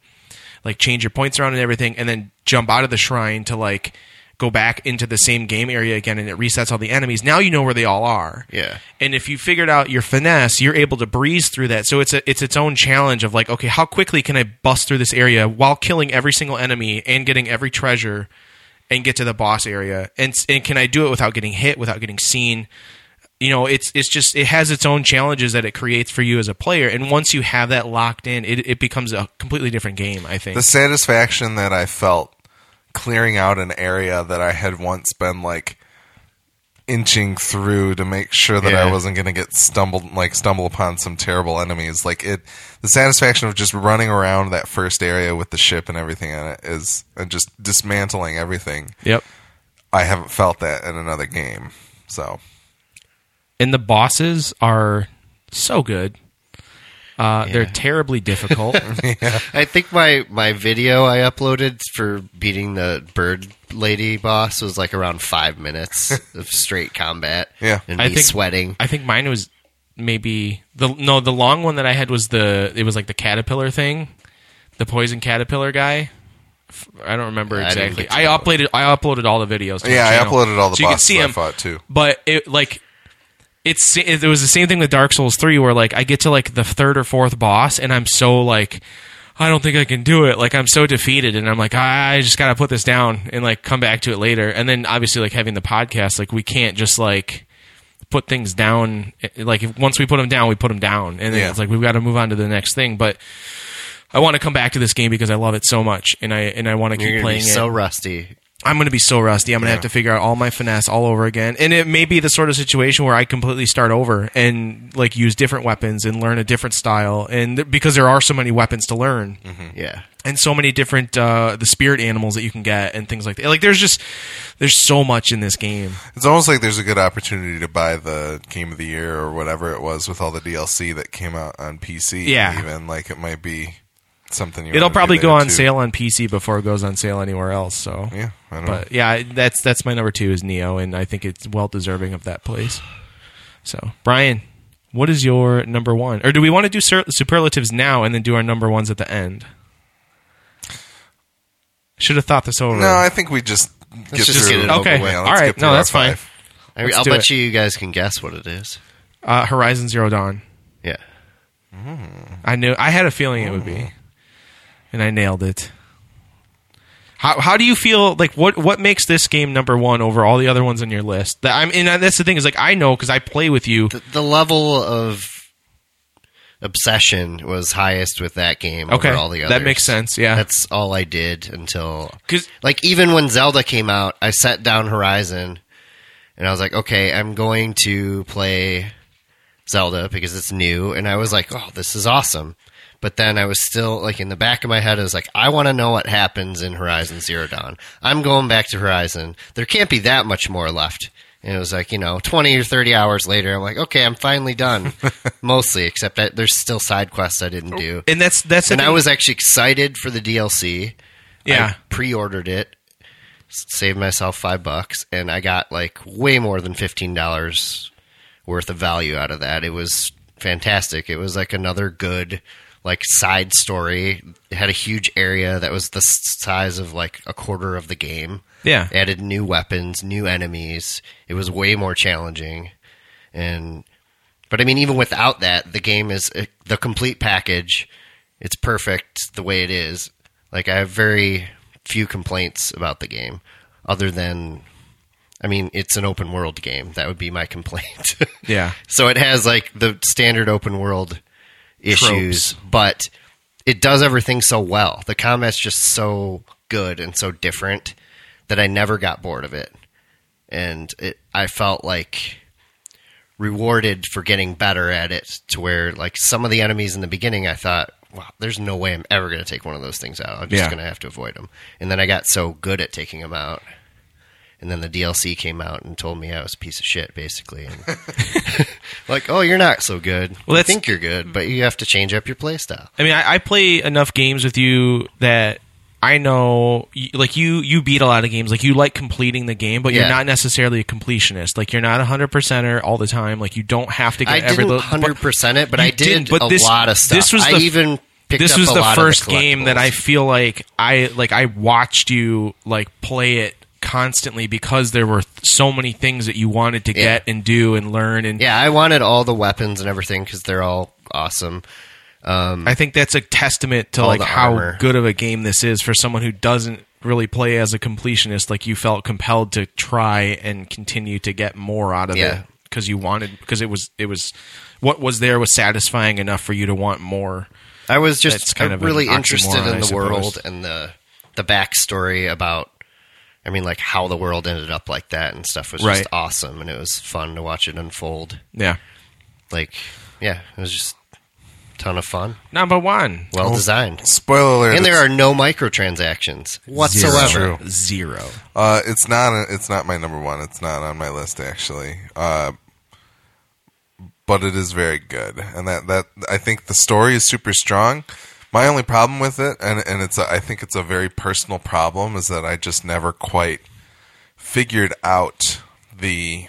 Speaker 2: like change your points around and everything and then jump out of the shrine to like go back into the same game area again and it resets all the enemies now you know where they all are
Speaker 3: Yeah.
Speaker 2: and if you figured out your finesse, you're able to breeze through that. So it's a, it's its own challenge of like, okay, how quickly can I bust through this area while killing every single enemy and getting every treasure and get to the boss area? And, s- and can I do it without getting hit, without getting seen? You know, it's it's just it has its own challenges that it creates for you as a player. And once you have that locked in, it, it becomes a completely different game. I think.
Speaker 1: the satisfaction that I felt clearing out an area that I had once been like inching through to make sure that I
Speaker 3: Yeah.
Speaker 1: wasn't going to get stumbled like stumble upon some terrible enemies like it the satisfaction of just running around that first area with the ship and everything on it is and just dismantling everything
Speaker 2: yep.
Speaker 1: I haven't felt that in another game so
Speaker 2: and the bosses are so good. Uh, They're terribly difficult.
Speaker 3: (laughs) I think my my video I uploaded for beating the bird lady boss was like around
Speaker 1: (laughs)
Speaker 3: five minutes of straight combat.
Speaker 1: Yeah.
Speaker 3: and
Speaker 2: I
Speaker 3: me
Speaker 2: think-
Speaker 3: sweating.
Speaker 2: I think mine was maybe the no the long one that I had was the it was like the caterpillar thing, the poison caterpillar guy. F- I don't remember
Speaker 3: I didn't
Speaker 2: exactly.
Speaker 3: get to
Speaker 2: I uploaded I uploaded all the videos. To
Speaker 1: yeah
Speaker 2: my
Speaker 1: I
Speaker 2: channel.
Speaker 1: uploaded all the
Speaker 2: so you can
Speaker 1: bosses
Speaker 2: see
Speaker 1: I
Speaker 2: them.
Speaker 1: fought too
Speaker 2: But it like it's it was the same thing with Dark Souls 3 where like I get to like the third or fourth boss and I'm so like I don't think I can do it. Like I'm so defeated and I'm like "Ah, I just got to put this down and like come back to it later. And then obviously like having the podcast like we can't just like put things down eh, like if, once we put them down we put them down and then
Speaker 1: Yeah.
Speaker 2: it's like we've got to move on to the next thing but I want to come back to this game because I love it so much and I and I want to
Speaker 3: You're
Speaker 2: keep
Speaker 3: gonna be
Speaker 2: playing it.
Speaker 3: so rusty.
Speaker 2: I'm going to be so rusty. I'm going to have to figure out all my finesse all over again. And it may be the sort of situation where I completely start over and like use different weapons and learn a different style. And th- because there are so many weapons to learn
Speaker 1: Hmm.
Speaker 3: Yeah.
Speaker 2: and so many different uh, the spirit animals that you can get and things like that. Like there's just there's so much in this game.
Speaker 1: It's almost like there's a good opportunity to buy the game of the year or whatever it was with all the DLC that came out on PC.
Speaker 2: Yeah.
Speaker 1: even like it might be something. You
Speaker 2: It'll
Speaker 1: wanna do
Speaker 2: probably
Speaker 1: there,
Speaker 2: go on
Speaker 1: too.
Speaker 2: sale on PC before it goes on sale anywhere else. So
Speaker 1: Yeah, I don't know.
Speaker 2: but yeah, I- that's that's my number two is Neo, and I think it's well deserving of that place. So, Brian, what is your number one? Or do we want to do sur- superlatives now and then do our number ones at the end? Should have thought this over.
Speaker 1: No, I think we just get through.
Speaker 3: just get it
Speaker 1: it.
Speaker 2: okay,
Speaker 1: Yeah,
Speaker 2: all
Speaker 1: let's
Speaker 2: right,
Speaker 1: get
Speaker 2: no,
Speaker 1: through
Speaker 2: that's
Speaker 1: our
Speaker 2: fine.
Speaker 1: five.
Speaker 3: I
Speaker 2: Let's
Speaker 3: I'll
Speaker 2: do
Speaker 3: bet
Speaker 2: it.
Speaker 3: you guys can guess what it is.
Speaker 2: Uh, Horizon Zero Dawn.
Speaker 3: Yeah.
Speaker 2: I knew. I had a feeling it would be, and I nailed it. How how do you feel? Like what what makes this game number one over all the other ones on your list? That I'm and that's the thing is like I know because I play with you.
Speaker 3: The, the level of obsession was highest with that game
Speaker 2: Okay,
Speaker 3: over all the others.
Speaker 2: that makes sense. Yeah,
Speaker 3: That's all I did until
Speaker 2: because
Speaker 3: like even when Zelda came out, I set down Horizon and I was like, okay, I'm going to play Zelda because it's new and I was like, oh, this is awesome. But then I was still like in the back of my head I was like, I want to know what happens in Horizon Zero Dawn. I'm going back to Horizon. There can't be that much more left. And it was like, you know, 20 or 30 hours later, I'm like, okay, I'm finally done. Mostly, except I, there's still side quests I didn't do.
Speaker 2: and that's that's the
Speaker 3: And I
Speaker 2: thing-
Speaker 3: was actually excited for the DLC.
Speaker 2: yeah.
Speaker 3: I pre-ordered it, s- saved myself five bucks, and I got like way more than fifteen dollars worth of value out of that. It was fantastic. It was like another good like side story. It had a huge area that was the s- size of like a quarter of the game.
Speaker 2: Yeah.
Speaker 3: Added new weapons, new enemies. It was way more challenging, and but I mean, even without that, the game is uh, the complete package. It's perfect the way it is. Like I have very few complaints about the game, other than, I mean, it's an open world game. That would be my (laughs) complaint.
Speaker 2: Yeah.
Speaker 3: so it has like the standard open world issues, but it does everything so well. The combat's just so good and so different that I never got bored of it, and it, I felt like rewarded for getting better at it to where like some of the enemies in the beginning I thought wow there's no way I'm ever going to take one of those things out I'm just
Speaker 2: Yeah.
Speaker 3: going to have to avoid them and then I got so good at taking them out and then the DLC came out and told me I was a piece of shit basically and (laughs) like oh you're not so good
Speaker 2: Well,
Speaker 3: well, I
Speaker 2: that's-
Speaker 3: think you're good but you have to change up your playstyle
Speaker 2: I mean, I, I play enough games with you that I know, y- like you, you beat a lot of games. Like you like completing the game, but you're
Speaker 3: Yeah.
Speaker 2: not necessarily a completionist. Like you're not a hundred percenter all the time. Like you don't have to get
Speaker 3: I
Speaker 2: every
Speaker 3: didn't
Speaker 2: little.
Speaker 3: hundred percent it but
Speaker 2: You
Speaker 3: I did
Speaker 2: didn't, but
Speaker 3: a
Speaker 2: this-
Speaker 3: lot of stuff
Speaker 2: this was
Speaker 3: I
Speaker 2: the-
Speaker 3: even picked
Speaker 2: this
Speaker 3: up
Speaker 2: was
Speaker 3: a
Speaker 2: the
Speaker 3: lot of
Speaker 2: first game that I
Speaker 3: collectibles.
Speaker 2: feel like I like I watched you like play it constantly because there were th- so many things that you wanted to
Speaker 3: Yeah.
Speaker 2: get and do and learn and
Speaker 3: yeah I wanted all the weapons and everything because they're all awesome
Speaker 2: I think that's a testament to
Speaker 3: All
Speaker 2: like
Speaker 3: the
Speaker 2: how
Speaker 3: armor.
Speaker 2: good of a game this is for someone who doesn't really play as a completionist. Like you felt compelled to try and continue to get more out of
Speaker 3: Yeah.
Speaker 2: it because you wanted because it was it was what was there was satisfying enough for you to want more.
Speaker 3: I was
Speaker 2: That's
Speaker 3: just
Speaker 2: kind
Speaker 3: uh,
Speaker 2: of an
Speaker 3: really interested
Speaker 2: oxymoron, I
Speaker 3: in the
Speaker 2: suppose.
Speaker 3: world and the the backstory about. I mean, like how the world ended up like that and stuff was
Speaker 2: Right.
Speaker 3: just awesome, and it was fun to watch it unfold.
Speaker 2: Yeah,
Speaker 3: Like, yeah, it was just a ton of fun,
Speaker 2: number one
Speaker 3: well
Speaker 1: Oh,
Speaker 3: designed,
Speaker 1: Spoiler alert!
Speaker 3: and there
Speaker 1: it's-
Speaker 3: are no microtransactions
Speaker 1: Zero.
Speaker 3: whatsoever.
Speaker 2: zero.
Speaker 1: Uh, it's not. A, it's not my number one. It's not on my list actually. Uh, but it is very good, and that that I think the story is super strong. My only problem with it, and and it's a, I think it's a very personal problem, is that I just never quite figured out the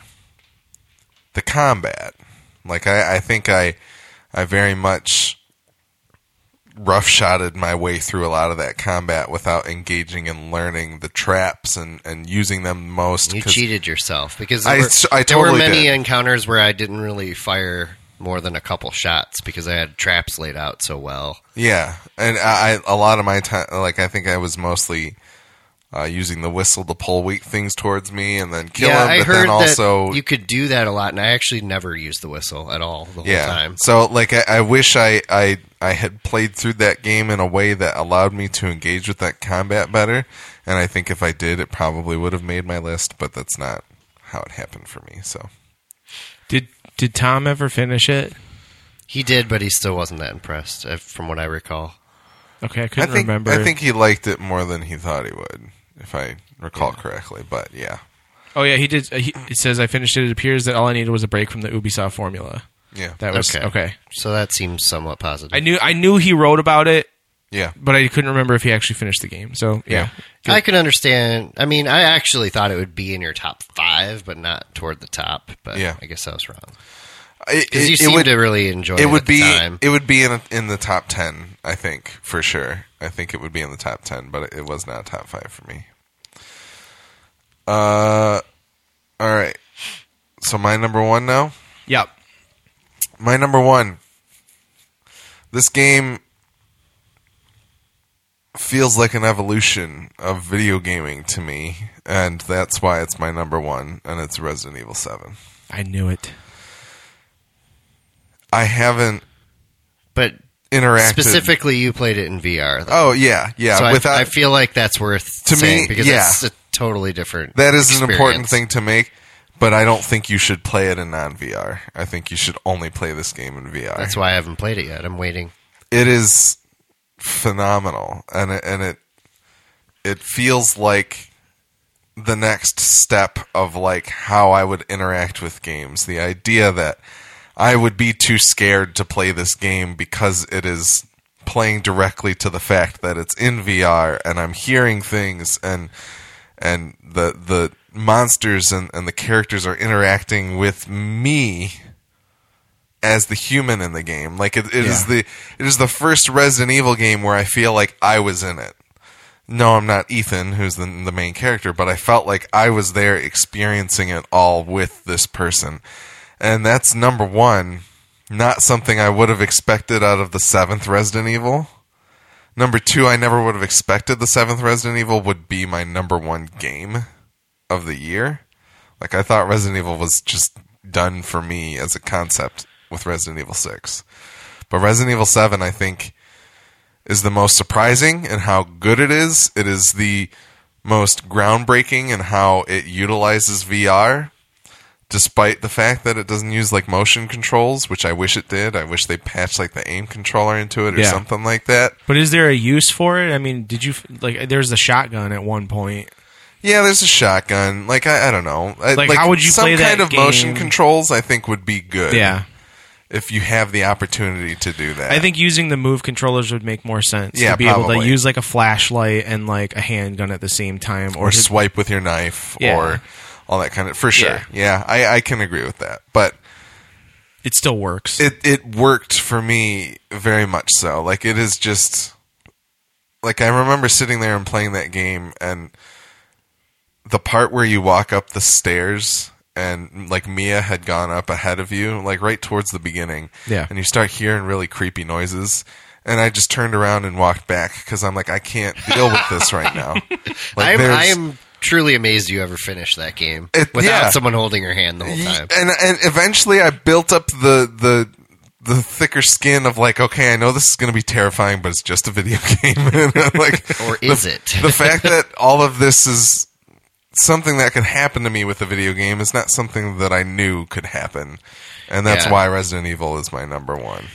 Speaker 1: the combat. Like I, I think I I very much roughshotted my way through a lot of that combat without engaging and learning the traps and, and using them most.
Speaker 3: You
Speaker 1: 'cause-
Speaker 3: cheated yourself because there
Speaker 1: I
Speaker 3: were,
Speaker 1: s- I
Speaker 3: there were
Speaker 1: totally
Speaker 3: many
Speaker 1: did.
Speaker 3: encounters where I didn't really fire more than a couple shots because I had traps laid out so well.
Speaker 1: Yeah, and I, I a lot of my time, like I think I was mostly uh, using the whistle to pull weak things towards me and then kill
Speaker 3: yeah,
Speaker 1: him.
Speaker 3: I
Speaker 1: but
Speaker 3: heard
Speaker 1: then also
Speaker 3: that you could do that a lot, and I actually never used the whistle at all the whole
Speaker 1: yeah.
Speaker 3: time.
Speaker 1: So like I, I wish I, I I had played through that game in a way that allowed me to engage with that combat better. And I think if I did, it probably would have made my list, but that's not how it happened for me. So
Speaker 2: Did did Tom ever finish it?
Speaker 3: He did, but he still wasn't that impressed, uh, from what I recall.
Speaker 2: Okay, I
Speaker 1: I
Speaker 2: couldn't
Speaker 1: think
Speaker 2: remember.
Speaker 1: I think he liked it more than he thought he would, if I recall correctly. But yeah,
Speaker 2: oh yeah, he did. uh, He, it says I finished it. It appears that all I needed was a break from the Ubisoft formula.
Speaker 1: yeah,
Speaker 2: That was okay.
Speaker 3: Okay. So that seems somewhat positive.
Speaker 2: I knew I knew he wrote about it,
Speaker 1: yeah.
Speaker 2: but I couldn't remember if he actually finished the game. So yeah,
Speaker 3: I can understand. I mean, I actually thought it would be in your top five, but not toward the top. But
Speaker 1: Yeah.
Speaker 3: I guess I was wrong.
Speaker 1: It,
Speaker 3: Because you
Speaker 1: it- it
Speaker 3: seemed
Speaker 1: would
Speaker 3: to really enjoy it.
Speaker 1: it would
Speaker 3: at the
Speaker 1: be
Speaker 3: time.
Speaker 1: it would be in in the top ten, I think for sure. I think it would be in the top ten, but it, it was not top five for me. Uh, all right. So my number one now.
Speaker 2: yep.
Speaker 1: My number one. This game feels like an evolution of video gaming to me, and that's why it's my number one, and it's Resident Evil Seven.
Speaker 2: I knew it.
Speaker 1: I haven't
Speaker 3: but
Speaker 1: interacted
Speaker 3: specifically, you played it in VR. though.
Speaker 1: Oh yeah, yeah.
Speaker 3: so I-
Speaker 1: without
Speaker 3: I, feel like that's worth
Speaker 1: To me,
Speaker 3: saying because
Speaker 1: yeah.
Speaker 3: it's a totally different.
Speaker 1: That is an important
Speaker 3: experience.
Speaker 1: thing to make, but I don't think you should play it in non VR. I think you should only play this game in VR.
Speaker 3: That's why I haven't played it yet. I'm waiting.
Speaker 1: it is phenomenal, and it, and it it feels like the next step of like how I would interact with games. The idea that I would be too scared to play this game because it is playing directly to the fact that it's in VR and I'm hearing things and and the the monsters and, and the characters are interacting with me as the human in the game. Like it, it is the it is the first Resident Evil game where I feel like I was in it. No, I'm not Ethan, who's the, the main character, but I felt like I was there experiencing it all with this person. And that's number one, not something I would have expected out of the seventh Resident Evil. Number two, I never would have expected the seventh Resident Evil would be my number one game of the year. Like, I thought Resident Evil was just done for me as a concept with Resident Evil 6. But Resident Evil 7, I think is the most surprising and how good it is. It is the most groundbreaking in how it utilizes VR, despite the fact that it doesn't use like motion controls, which I wish it did. I wish they patched like the aim controller into it or
Speaker 2: Yeah.
Speaker 1: something like that.
Speaker 2: But is there a use for it? I mean, did you f- like? There's a shotgun at one point.
Speaker 1: Yeah, there's a shotgun. Like I, I don't know. I-
Speaker 2: Like, how would you
Speaker 1: some
Speaker 2: play that
Speaker 1: kind of motion
Speaker 2: game?
Speaker 1: controls? I think would be good.
Speaker 2: Yeah,
Speaker 1: if you have the opportunity to do that.
Speaker 2: I think using the move controllers would make more sense.
Speaker 1: Yeah,
Speaker 2: to be able
Speaker 1: probably.
Speaker 2: to use like a flashlight and like a handgun at the same time, or,
Speaker 1: or
Speaker 2: just
Speaker 1: swipe with your knife
Speaker 2: Yeah.
Speaker 1: or all that kind of for sure.
Speaker 2: Yeah.
Speaker 1: Yeah, I, I can agree with that. But
Speaker 2: it still works.
Speaker 1: it it worked for me very much so. Like it is just like I remember sitting there and playing that game and the part where you walk up the stairs and like Mia had gone up ahead of you, like right towards the beginning.
Speaker 2: Yeah.
Speaker 1: And you start hearing really creepy noises. And I just turned around and walked back because I'm like, I can't deal with this right
Speaker 3: (laughs)
Speaker 1: now.
Speaker 3: I'm, I
Speaker 1: there's-
Speaker 3: am truly amazed you ever finished that game
Speaker 1: It-
Speaker 3: without
Speaker 1: yeah.
Speaker 3: someone holding your hand the whole
Speaker 1: Ye-
Speaker 3: time.
Speaker 1: And and eventually I built up the the the thicker skin of like, okay, I know this is going to be terrifying, but it's just a video (laughs) game. And I'm like,
Speaker 3: (laughs) Or is it?
Speaker 1: the fact that all of this is something that could happen to me with a video game is not something that I knew could happen, and that's
Speaker 3: Yeah.
Speaker 1: why Resident Evil is my number one.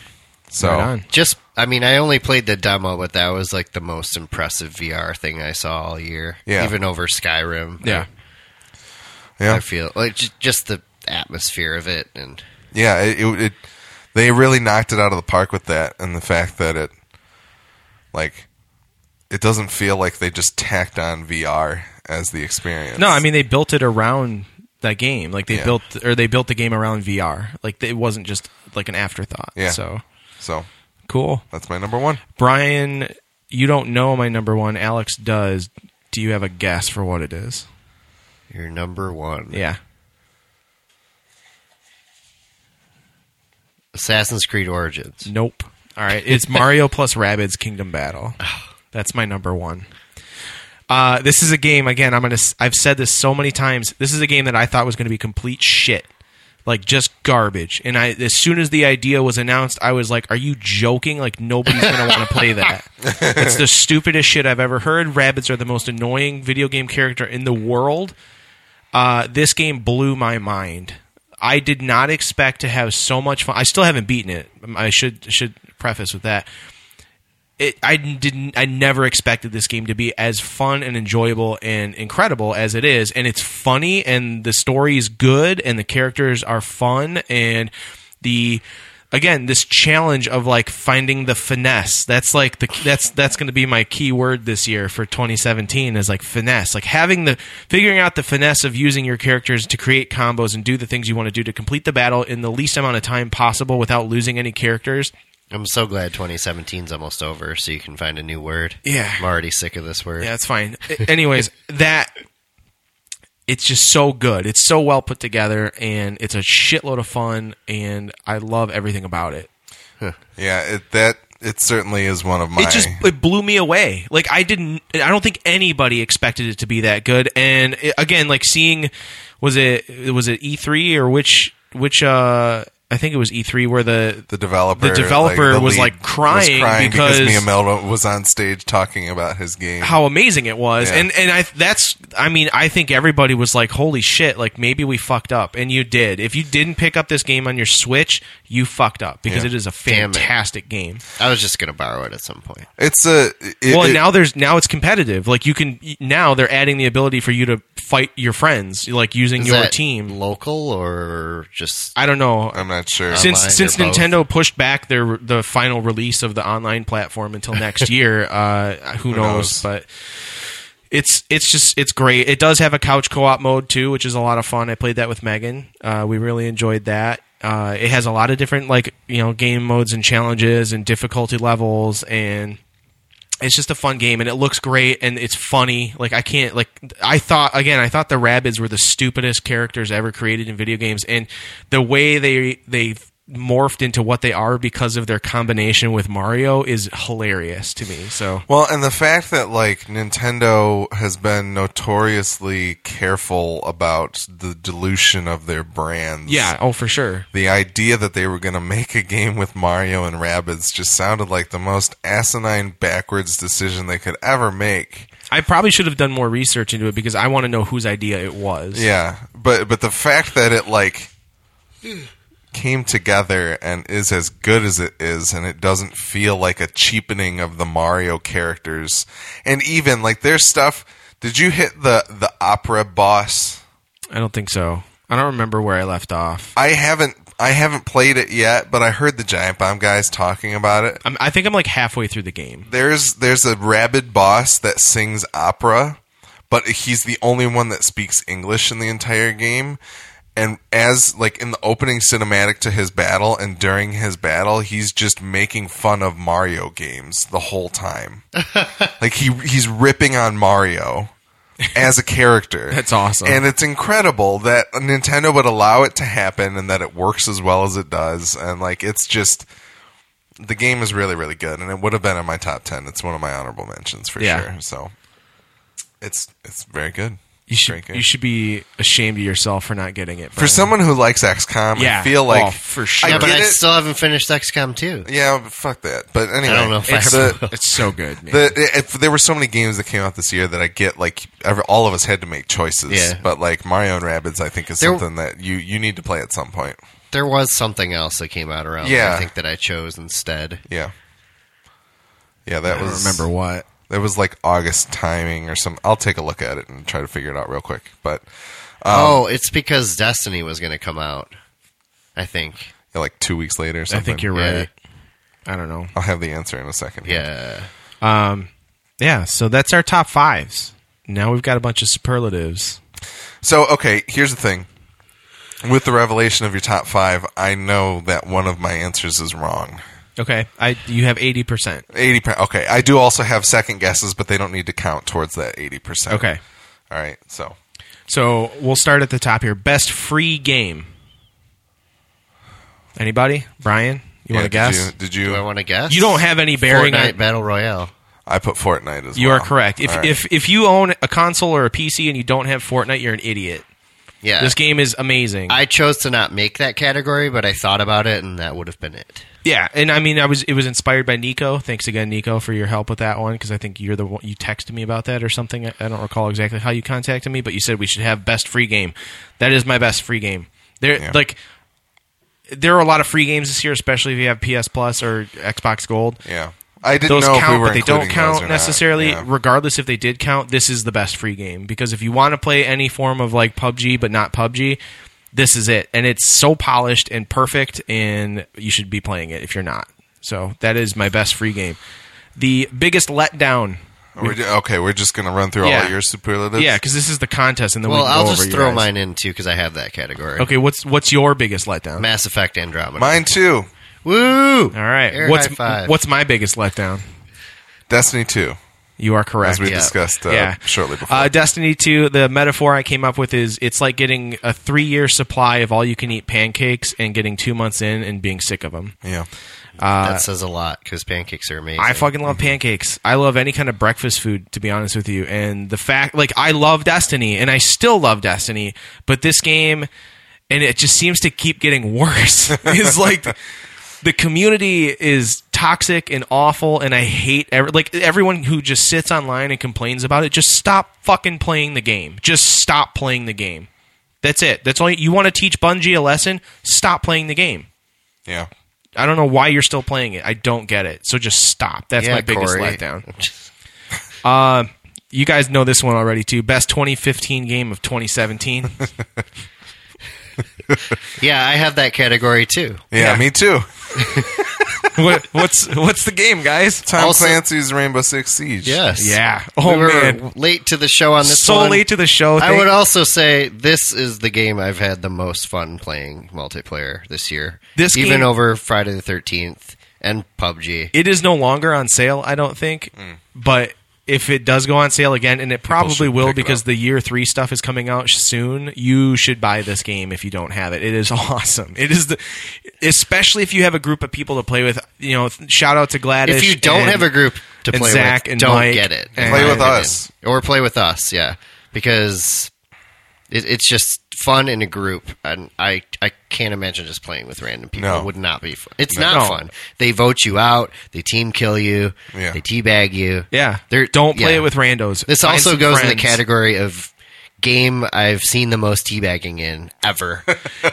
Speaker 1: So
Speaker 2: Right on.
Speaker 3: Just, I mean, I only played the demo, but that was like the most impressive VR thing I saw all year.
Speaker 1: Yeah.
Speaker 3: Even over Skyrim.
Speaker 2: yeah.
Speaker 1: yeah,
Speaker 3: I feel like j- just the atmosphere of it and
Speaker 1: Yeah, it, it, it they really knocked it out of the park with that, and the fact that it like it doesn't feel like they just tacked on VR as the experience.
Speaker 2: No, I mean they built it around that game. Like they
Speaker 1: Yeah.
Speaker 2: built or they built the game around VR. Like it wasn't just like an afterthought.
Speaker 1: Yeah.
Speaker 2: So
Speaker 1: so
Speaker 2: cool,
Speaker 1: that's my number one.
Speaker 2: Brian. You don't know my number one. Alex does. Do you have a guess for what it is?
Speaker 3: you're number one.
Speaker 2: Yeah.
Speaker 3: Assassin's Creed Origins.
Speaker 2: Nope. All right. It's Mario plus Rabbids Kingdom Battle. That's my number one. Uh, this is a game again. I'm gonna. s- I've said this so many times. This is a game that I thought was gonna be complete shit, like just garbage. And I, as soon as the idea was announced, I was like, "Are you joking? Like nobody's gonna want to play that. It's the stupidest shit I've ever heard. Rabbits are the most annoying video game character in the world." Uh, this game blew my mind. I did not expect to have so much fun. I still haven't beaten it. I should should preface with that it, I didn't. I never expected this game to be as fun and enjoyable and incredible as it is. And it's funny, and the story is good, and the characters are fun, and the again this challenge of like finding the finesse. That's like the that's that's going to be my key word this year for 2017 is like finesse. Like having the figuring out the finesse of using your characters to create combos and do the things you want to do to complete the battle in the least amount of time possible without losing any characters.
Speaker 3: I'm so glad 2017's almost over, so you can find a new word.
Speaker 2: Yeah.
Speaker 3: I'm already sick of this word.
Speaker 2: Yeah, it's fine. A- Anyways, that it's just so good. It's so well put together, and it's a shitload of fun, and I love everything about it.
Speaker 1: Yeah, it, that it certainly is one of my.
Speaker 2: It just it blew me away. Like I didn't. I don't think anybody expected it to be that good. And it- again, like seeing was it was it E three or which which uh I think it was E three where the
Speaker 1: the developer,
Speaker 2: the developer was,
Speaker 1: lead
Speaker 2: like, crying
Speaker 1: because,
Speaker 2: because-
Speaker 1: Miyamoto was on stage talking about his game.
Speaker 2: how amazing it was
Speaker 1: Yeah.
Speaker 2: and and i that's i mean i think everybody was like holy shit like maybe we fucked up and you did if you didn't pick up this game on your switch you fucked up because
Speaker 1: Yeah.
Speaker 2: it is a
Speaker 3: Damn it.
Speaker 2: fantastic game
Speaker 3: I was just gonna borrow it at some point.
Speaker 1: it's a it-
Speaker 2: well
Speaker 1: it-
Speaker 2: and now there's now it's competitive like you can now they're adding the ability for you to fight your friends like using
Speaker 3: Is
Speaker 2: your
Speaker 3: that
Speaker 2: team
Speaker 3: local or just
Speaker 2: i don't know
Speaker 1: I'm not sure.
Speaker 2: since
Speaker 3: online or
Speaker 2: since
Speaker 3: both?
Speaker 2: Nintendo pushed back their the final release of the online platform until next year, uh, who,
Speaker 1: knows?
Speaker 2: knows? But it's it's just it's great. It does have a couch co op mode too, which is a lot of fun. I played that with Megan. Uh, we really enjoyed that. Uh, it has a lot of different like you know game modes and challenges and difficulty levels and it's just a fun game and it looks great and it's funny. Like I can't like I thought again, I thought the Rabbids were the stupidest characters ever created in video games and the way they they morphed into what they are because of their combination with Mario is hilarious to me. So
Speaker 1: Well, and the fact that like Nintendo has been notoriously careful about the dilution of their brands.
Speaker 2: yeah, oh for sure.
Speaker 1: The idea that they were going to make a game with Mario and Rabbids just sounded like the most asinine backwards decision they could ever make.
Speaker 2: I probably should have done more research into it because I want to know whose idea it was.
Speaker 1: Yeah, but but the fact that it like came together and is as good as it is and it doesn't feel like a cheapening of the Mario characters. And even like their stuff, did you hit the the opera boss?
Speaker 2: I don't think so. I don't remember where I left off.
Speaker 1: I haven't I haven't played it yet, but I heard the Giant Bomb guys talking about it.
Speaker 2: I'm, I think I'm like halfway through the game.
Speaker 1: There's there's a rabid boss that sings opera, but he's the only one that speaks English in the entire game. And as like in the opening cinematic to his battle and during his battle, he's just making fun of Mario games the whole
Speaker 2: (laughs)
Speaker 1: time. like he he's ripping on Mario as a character.
Speaker 2: (laughs) That's awesome.
Speaker 1: And it's incredible that Nintendo would allow it to happen and that it works as well as it does and like it's just the game is really really good and it would have been in my top 10 it's one of my honorable mentions for
Speaker 2: Yeah.
Speaker 1: sure so it's it's very good Very
Speaker 2: You should
Speaker 1: good.
Speaker 2: you should be ashamed of yourself for not getting it.
Speaker 1: for
Speaker 2: Brian.
Speaker 1: someone who likes XCOM
Speaker 2: Yeah.
Speaker 1: I feel like
Speaker 2: Oh, for sure.
Speaker 1: I
Speaker 3: yeah, but
Speaker 1: get
Speaker 3: I
Speaker 1: it.
Speaker 3: still haven't finished XCOM 2.
Speaker 1: yeah but fuck that but anyway
Speaker 3: know if I
Speaker 1: it's
Speaker 3: ever
Speaker 1: the-
Speaker 2: (laughs) It's so good, man.
Speaker 1: the, if there were so many games that came out this year that I get like every, all of us had to make choices
Speaker 3: Yeah.
Speaker 1: but like Mario and Rabbids I think is
Speaker 3: There-
Speaker 1: something that you you need to play at some point
Speaker 3: There was something else that came out around. that
Speaker 1: Yeah.
Speaker 3: I think that I chose instead.
Speaker 1: Yeah. Yeah, that was
Speaker 2: what.
Speaker 1: that was like August timing or some. I'll take a look at it and try to figure it out real quick. But
Speaker 2: Um,
Speaker 3: oh, it's because Destiny was going to come out. I think.
Speaker 1: yeah, like two weeks later, or
Speaker 2: I
Speaker 1: something.
Speaker 2: think you're
Speaker 3: Yeah.
Speaker 2: right. I don't know.
Speaker 1: I'll have the answer in a second.
Speaker 3: Yeah.
Speaker 2: Yeah, so that's our top fives. Now we've got a bunch of superlatives.
Speaker 1: So okay, here's the thing. With the revelation of your top five, I know that one of my answers is wrong.
Speaker 2: Okay, I you have eighty percent.
Speaker 1: Eighty percent. Okay, I do also have second guesses, but they don't need to count towards that eighty percent.
Speaker 2: Okay,
Speaker 1: All right. So
Speaker 2: so we'll start at the top here. Best free game. Anybody? Brian, you
Speaker 1: yeah,
Speaker 2: want to
Speaker 1: did
Speaker 2: guess?
Speaker 1: You, did you?
Speaker 3: Do I want to guess?
Speaker 2: You don't have any bearing.
Speaker 3: Fortnite
Speaker 2: On,
Speaker 3: Battle Royale.
Speaker 1: I put Fortnite as
Speaker 2: You
Speaker 1: well.
Speaker 2: are correct. If,
Speaker 1: All right.
Speaker 2: if if you own a console or a PC and you don't have Fortnite, you're an idiot.
Speaker 3: Yeah.
Speaker 2: This game is amazing.
Speaker 3: I chose to not make that category, but I thought about it, and that would have been it.
Speaker 2: yeah, and I mean, I was it was inspired by Nico. Thanks again, Nico, for your help with that one because I think you're the one you texted me about that or something. I, I don't recall exactly how you contacted me, but you said we should have best free game. That is my best free game. There,
Speaker 1: Yeah.
Speaker 2: like. There are a lot of free games this year, especially if you have PS Plus or Xbox Gold.
Speaker 1: yeah, I didn't
Speaker 2: those
Speaker 1: know if we
Speaker 2: count,
Speaker 1: were
Speaker 2: but they don't
Speaker 1: including those or
Speaker 2: count
Speaker 1: not.
Speaker 2: necessarily.
Speaker 1: Yeah.
Speaker 2: Regardless if they did count, this is the best free game because if you want to play any form of like PUBG but not PUBG, this is it, and it's so polished and perfect, and you should be playing it if you're not. So that is my best free game. The biggest letdown,
Speaker 1: We're ju- okay, we're just gonna run through
Speaker 2: Yeah.
Speaker 1: all your superlatives.
Speaker 2: yeah, because this is the contest, and then
Speaker 3: Well,
Speaker 2: we can
Speaker 3: I'll
Speaker 2: go
Speaker 3: just
Speaker 2: over
Speaker 3: throw
Speaker 2: yours.
Speaker 3: mine in too because I have that category.
Speaker 2: Okay, what's what's your biggest letdown?
Speaker 3: Mass Effect Andromeda.
Speaker 1: mine too.
Speaker 3: Woo!
Speaker 2: All right,
Speaker 3: Air
Speaker 2: what's
Speaker 3: high five.
Speaker 2: what's my biggest letdown?
Speaker 1: Destiny two,
Speaker 2: You are correct.
Speaker 1: as we
Speaker 3: Yeah.
Speaker 1: discussed uh,
Speaker 2: yeah.
Speaker 1: shortly before.
Speaker 2: Uh, Destiny 2, the metaphor I came up with is it's like getting a three year supply of all you can eat pancakes and getting two months in and being sick of them.
Speaker 1: yeah,
Speaker 3: that says a lot because pancakes are amazing.
Speaker 2: I fucking love pancakes. I love any kind of breakfast food, to be honest with you. And the fact, like, I love Destiny and I still love Destiny, but this game, and it just seems to keep getting (laughs) worse, is like. The community is toxic and awful, and I hate every, like everyone who just sits online and complains about it. Just stop fucking playing the game. Just stop playing the game. That's it. That's all you, you want to teach Bungie a lesson. Stop playing the game.
Speaker 1: yeah.
Speaker 2: I don't know why you're still playing it. I don't get it. So just stop. That's
Speaker 3: Yeah,
Speaker 2: my biggest
Speaker 3: Corey.
Speaker 2: letdown. You guys know this one already too. Best 2015 game of
Speaker 3: (laughs)
Speaker 2: 2017.
Speaker 3: (laughs) yeah, I have that category too.
Speaker 1: yeah,
Speaker 2: Yeah.
Speaker 1: Me too.
Speaker 2: what, what's what's the game, guys?
Speaker 1: Tom
Speaker 3: Also-
Speaker 1: Clancy's Rainbow Six Siege.
Speaker 3: Yes.
Speaker 2: Yeah.
Speaker 3: We
Speaker 2: Oh
Speaker 3: were
Speaker 2: man.
Speaker 3: late to the show on this
Speaker 2: So
Speaker 3: one.
Speaker 2: late to the show.
Speaker 3: I
Speaker 2: Thank-
Speaker 3: would also say this is the game I've had the most fun playing multiplayer this year.
Speaker 2: This
Speaker 3: even
Speaker 2: game-
Speaker 3: over Friday the Thirteenth and PUBG.
Speaker 2: it is no longer on sale. I don't think,
Speaker 3: Mm.
Speaker 2: but. If it does go on sale again, and it probably
Speaker 1: should
Speaker 2: will
Speaker 1: pick it
Speaker 2: because
Speaker 1: up.
Speaker 2: the year three stuff is coming out soon, you should buy this game if you don't have it. It is (laughs) awesome. It is the, especially if you have a group of people to play with. You know, shout out to Gladys.
Speaker 3: If you don't
Speaker 2: and-
Speaker 3: have a group to
Speaker 2: and
Speaker 3: play
Speaker 2: Zach
Speaker 3: with,
Speaker 2: and
Speaker 3: don't
Speaker 2: Mike
Speaker 3: get it.
Speaker 2: and-
Speaker 1: Play
Speaker 3: In
Speaker 1: with
Speaker 3: my opinion.
Speaker 1: us.
Speaker 3: or play with us. Yeah, because it, it's just fun in a group, and I I can't imagine just playing with random people.
Speaker 1: No.
Speaker 3: It would not be fun. It's
Speaker 2: No.
Speaker 3: not fun. They vote you out. They team kill you.
Speaker 1: Yeah.
Speaker 3: They teabag you.
Speaker 2: Yeah.
Speaker 3: They're-
Speaker 2: don't play
Speaker 3: yeah.
Speaker 2: it with randos.
Speaker 3: This
Speaker 2: Find
Speaker 3: also
Speaker 2: some
Speaker 3: goes in the
Speaker 2: friends.
Speaker 3: category of game I've seen the most teabagging in ever.